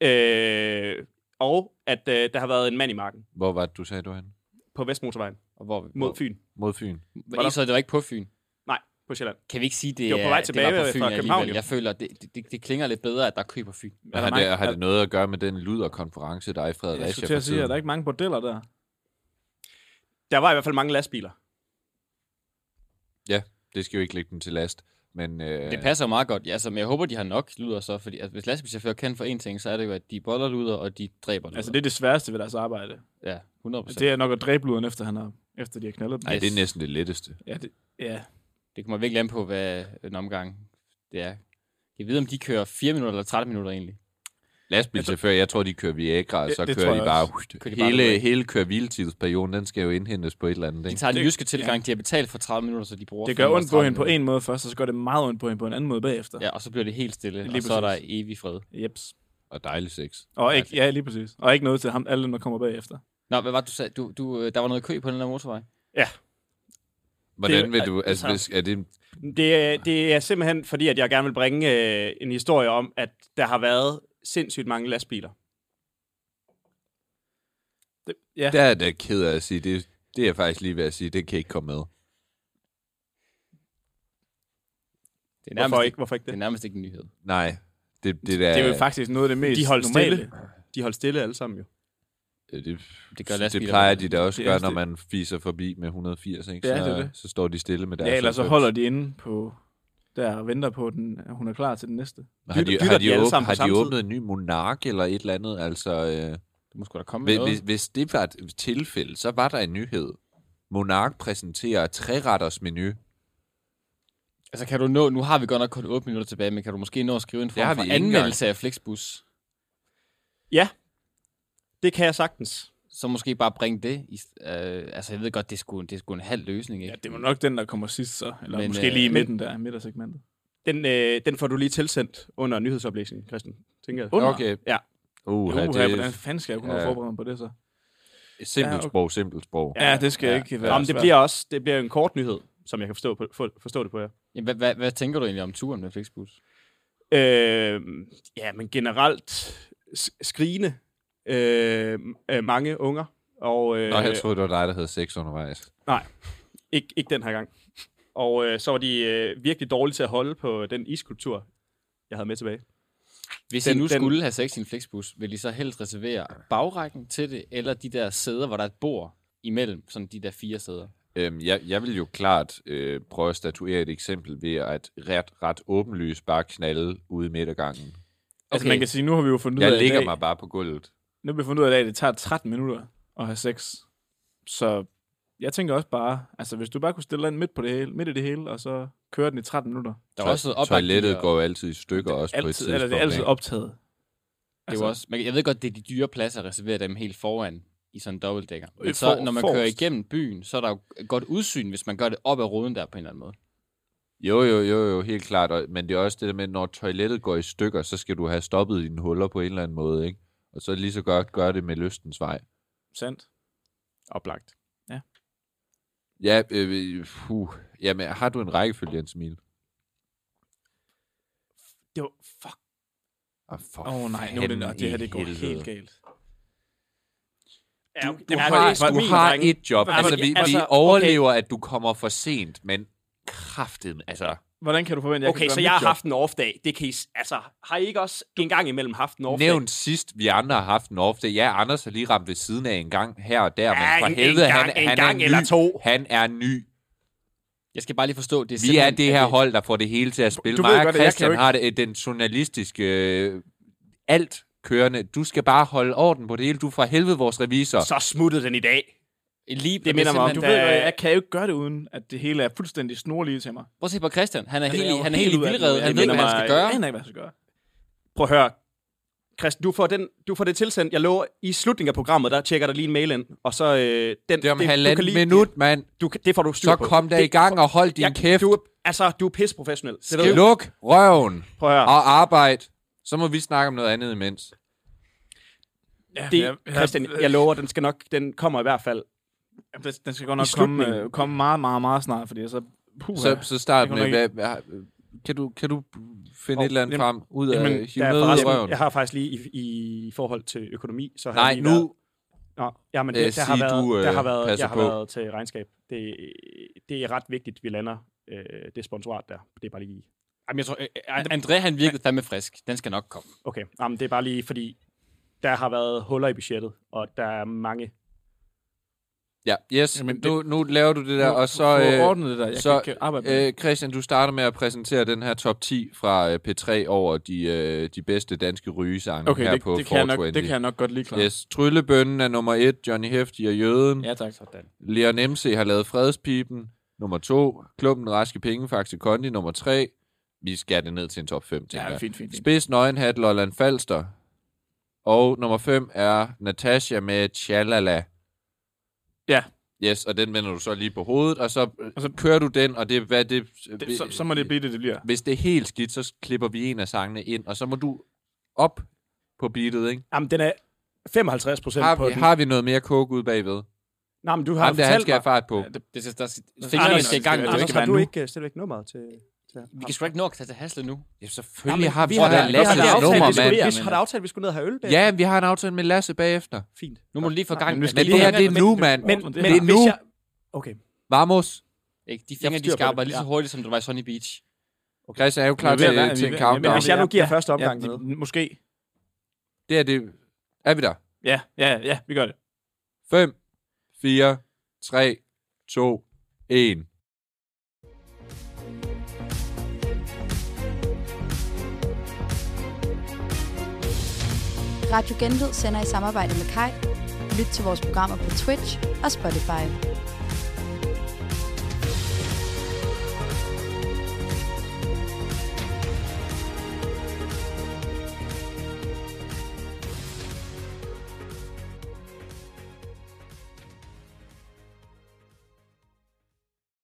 øh, og at øh, der har været en mand i marken
Hvor var det, du sagde, du var henne?
på Vestmotorvejen
Og hvor,
mod Fyn.
Mod Fyn.
Var så det var ikke på Fyn?
Nej, på Sjælland.
Kan vi ikke sige, det,
Det var på
er-
vej tilbage
det var på
fra
Fyn
København,
alligevel?
jo.
Jeg føler, det, det, det, det, klinger lidt bedre, at der er kø på Fyn.
Men har, det, har det noget at gøre med den luderkonference, der er i Fredericia?
Jeg skulle til
for
at sige,
tiden?
at der er ikke mange bordeller der.
Der var i hvert fald mange lastbiler.
Ja, det skal jo ikke ligge dem til last. Men, øh,
Det passer jo meget godt. Ja, altså, men jeg håber, de har nok luder så, fordi at hvis lastbilchauffører kan for én ting, så er det jo, at de boller luder, og de dræber luder.
Altså, det er det sværeste ved deres arbejde.
Ja, 100%.
Det er nok at dræbe luderen, efter, han har, efter de har knaldet dem.
Nej, det er
næsten det letteste.
Ja, det, ja.
Det kommer virkelig an på, hvad en omgang det er. Jeg ved, om de kører 4 minutter eller 13 minutter egentlig.
Lastbilchauffører, jeg tror, de kører Viagra, og
Det-
så
det tror
kører de
jeg
bare...
også.
Hust,
Kører de bare
hele,
derudad.
hele kørhviletidsperioden, den skal jo indhentes på et eller andet.
De
ikke?
tager den jyske tilgang, de har betalt for 30 minutter, så de bruger
Det gør
35
ondt på hende på
minutter.
en måde først, og så gør det meget ondt på hende på en anden måde bagefter.
Ja, og så bliver det helt stille,
Lige
og så er der
præcis.
evig fred.
Jeps.
Og dejlig sex. Altså,
Og ikke, ja, lige præcis. Og ikke noget til ham, alle dem, der kommer bagefter.
Nå, hvad var det, du sagde? Du, du, øh, der var noget kø på den der motorvej?
Ja.
Hvordan
Det-
vil du...
altså-
Altså, hvis, er det,
Det, er- det er simpelthen fordi, at jeg gerne vil bringe øh, en historie om, at der har været sindssygt mange lastbiler. Ja.
Der er da ked af at sige, det, det er jeg faktisk lige ved at sige, det kan ikke komme med.
Det er
Hvorfor
nærmest
ikke? Hvorfor ikke det?
Det er nærmest ikke en nyhed.
Nej, det, det, der,
Det er jo faktisk noget af det mest
De holdt
normale.
stille. De holdt stille alle sammen jo.
øh, Det,
det,
gør
det
lastbiler
plejer
vel.
de da også
Det
at
er
gøre,
også
når
det.
man fiser forbi med 180, ikke?
Ja,
så,
det er det.
så står de stille med deres...
Ja, ellers så
90.
holder de inde på der og venter på, at, den, at hun er klar til den næste.
Har de, har, de, åb- har de åbnet en ny monark eller et eller andet? Altså, øh,
du må da komme
med
hvis,
noget.
Hvis, hvis det var et tilfælde, så var der en nyhed. Monark præsenterer treretters menu.
Altså kan du nå, nu har vi godt nok kun 8 minutter tilbage, men kan du måske nå at skrive en
Det har
form for
vi ikke engang.
anmeldelse af Flixbus?
Ja, det kan jeg sagtens.
Så måske bare bringe det. I, øh, altså jeg ved godt, det er, sgu, det er sgu en halv løsning, ikke? Ja,
det var nok den, der kommer sidst så. Eller
Men,
måske
øh,
lige i
men-
midten der, midtersegmentet.
Den, øh, den får du lige tilsendt under nyhedsoplæsningen, Christian. Tænker jeg.
Under? Okay.
Ja.
Uh,
Uha, det... hvordan fanden skal jeg kunne ja. forberede mig på det så?
Simpelt
Ja,
ja,
okay.
okay. sprog, simpelt sprog.
Ja, det skal ikke være
Jamen, det
svært.
bliver også det bliver en kort nyhed, som jeg kan forstå, på, for, forstå det på jer.
Jamen, hvad, hvad, hvad tænker du egentlig om turen med Flixbus?
Øh,
Øhm,
ja, men generelt s- skrigende øh,
øhm,
øh, mange unger. Og, øh,
Nå, jeg troede, det var dig, der havde sex undervejs.
Nej, ikke, ikke den her gang. Og øh, så var de øh, virkelig dårlige til at holde på den iskultur, jeg havde med tilbage.
Hvis
den,
I nu den... skulle have sex i en Flixbus, vil I så helst reservere bagrækken til det, eller de der sæder, hvor der er et bord imellem, sådan de der fire sæder?
Øhm, jeg, jeg vil jo klart øh, prøve at statuere et eksempel ved at ret, ret åbenlyst bare knalde ude i midtergangen.
Altså, man kan sige, nu har vi jo fundet
jeg
ud af i
Jeg ligger
dag-
mig bare på gulvet.
Nu har vi fundet ud af, i dag, at det tager 13 minutter at have sex. Så jeg tænker også bare, altså hvis du bare kunne stille dig ind midt, på det hele, midt i det hele, og så køre den i 13 minutter.
Der er også noget opbakning
Toilettet
og-
går jo altid i stykker også på et
altid,
tidspunkt.
eller det er altid
ikke?
optaget. Altså,
Det er jo også, man, jeg ved godt, det er de dyre pladser at reservere dem helt foran i sådan en dobbeltdækker. Men
Øh,
så,
for-
når man
forrest.
kører igennem byen, så er der jo godt udsyn, hvis man gør det op ad ruden der på en eller anden måde.
Jo, jo, jo, jo, helt klart. Og, men det er også det der med, når toilettet går i stykker, så skal du have stoppet dine huller på en eller anden måde, ikke? Og så lige så godt gøre det med lystens vej.
Sandt.
Oplagt.
Ja.
Ja, øh, puh. Jamen, har du en rækkefølge, Jens Emil?
Det var, fuck.
Åh, for
Åh oh, nej, nu er det,
fanden
og det her,
i
det går helt
helvede.
galt.
Ja,
Du har, du har et job. Altså, vi, vi overlever, at du kommer for sent, men kraften, altså...
Hvordan kan du forvente, at jeg
Okay,
kan gøre
så
mit
jeg har
job?
haft en off-dag. Det kan I, s- altså, har I ikke også en gang imellem haft en off-dag?
Nævnt sidst, vi andre har haft en off day. Ja, Anders har lige ramt ved siden af en gang her og der,
Ja,
men for
en- en
helvede,
gang-
han,
en
han
gang
er ny.
eller to.
Han er ny.
Jeg skal bare lige forstå, det er
Vi er
simpelthen-
det her
altså-
hold, der får det hele til at spille.
Du
Du
ved
Mig
godt,
og
at jeg
Christian
kan jo
har det, øh, den journalistiske... Øh, alt kørende. Du skal bare holde orden på det hele. Du er for helvede vores revisor.
Så smuttede den i dag.
Lige,
det minder mig om,
Du
da-
ved, hvad, jeg kan jo ikke gøre det uden, at det hele er fuldstændig snorlige til mig.
Prøv at se på Christian. Han er
Altså,
helt-
jeg jo
han er helt i
ude af det.
vildrede. Han
Jeg
ved ikke,
minder
hvad han
mig-
skal gøre.
Jeg aner ikke, hvad jeg skal gøre.
Prøv at høre. Christian, du får, den, du får det tilsendt. Jeg lover, i slutningen af programmet, der tjekker der lige en mail ind. Og så øh, den...
Det er om
du
halvanden
kan lige-
minut, mand.
Du, kan- det får du styr
Så
på.
kom der
Det-
i gang og hold din
Jeg-
kæft.
Du, er- altså, du er pisseprofessionel. Det ved
Skriv.
du.
Luk røven
Prøv at høre.
og arbejde. Så må vi snakke om noget andet imens.
Ja,
det,
jeg- jeg-
Christian, jeg lover, den skal nok, den kommer i hvert fald.
Den- Den skal godt
I
nok komme,
slutningen.
øh, komme meget, meget, meget snart, fordi så... Puh,
Så, så start med,
hvad...
hvad, hvad, kan, du, kan du finde et eller andet frem ud af
jamen,
jamen,
der er
noget ud af
forresten-
røven?
Jeg har faktisk lige i, i forhold til økonomi, så har
Nej,
jeg lige
nu-
Været, Nå, jamen,
Øh,
det, der, har
sig,
været,
du, øh,
der har været,
passer
jeg har
på.
været til regnskab. Det, det er ret vigtigt, vi lander øh, det sponsorat der. Det er bare lige...
Jamen, jeg tror, øh, øh, André han virkede fandme frisk. Den skal nok komme.
Okay, jamen, det er bare lige, fordi der har været huller i budgettet, og der er mange.
Ja, yes.
Jamen,
Jamen,
det-
nu, nu laver du det der,
Få-
og
få
så... øh,
ordnet det der. Jeg
så,
kan ikke arbejde med
øh, Christian, du starter med at præsentere den her top 10 fra øh, P3 over de, øh, de bedste danske rygesange
Okay,
her
det-
på
det kan jeg nok-
420.
det kan jeg nok godt lige klare.
Yes, Tryllebønnen er nummer 1, Johnny Hefti og Jøden.
Ja, tak. Sådan.
Leon MC har lavet Fredspipen, nummer 2. Klubben Raske Penge, Faxe Kondi, nummer 3. Vi skal det ned til en top 5, tænker jeg.
fint, fint, fint.
Spids Nøgenhat, Lolland Falster. Og nummer 5 er Natasha med Chalala.
Ja.
Yes, og den vender du så lige på hovedet, og så, og så kører du den, og det er, hvad det... øh,
Det, så, så må det blive det, det bliver.
Hvis det er helt skidt, så klipper vi en af sangene ind, og så må du op på beatet, ikke?
Jamen, den er 55 procent
Har,
på
vi,
den.
har vi noget mere coke ude bagved?
Nej, men du har
Jamen, det er, han
fortalt
skal have
mig-
fart på.
Ja,
det- det- det- der- fingrene skal i gang, det skal
Anders,
ikke
har
være
du
nu.
ikke øh, stadigvæk nummeret til... til
Vi kan sgu ikke nå at tage til Hasle nu.
Ja, selvfølgelig har vi
har
da
da- vi har da
Lasses
aftalt,
nummer,
vi skulle-
mand.
Vi har da aftalt, at vi skulle ned og have øl.
Ja, vi har en aftale med Lasse bagefter.
Fint.
Nu må du lige få gang.
Men det her, det er nu, mand.
Men,
Det er nu.
Okay.
Vamos.
Ikke, de
Jeg
fingre, de
forstyrrer
skal
på
arbejde
det.
lige så
Ja.
hurtigt, som det var i Sunny Beach.
Okay, så er jeg jo klar
Men vi er
til,
ved at være-
til
vi
en
er ved-
countdown.
jamen, hvis jeg nu giver
første omgang
ja,
med.
Måske.
Det er det. Er vi der?
Ja, ja, ja, vi gør det.
5, 4, 3, 2, 1.
Radio Genlyd sender i samarbejde med Kai. Lyt til vores programmer på Twitch og Spotify.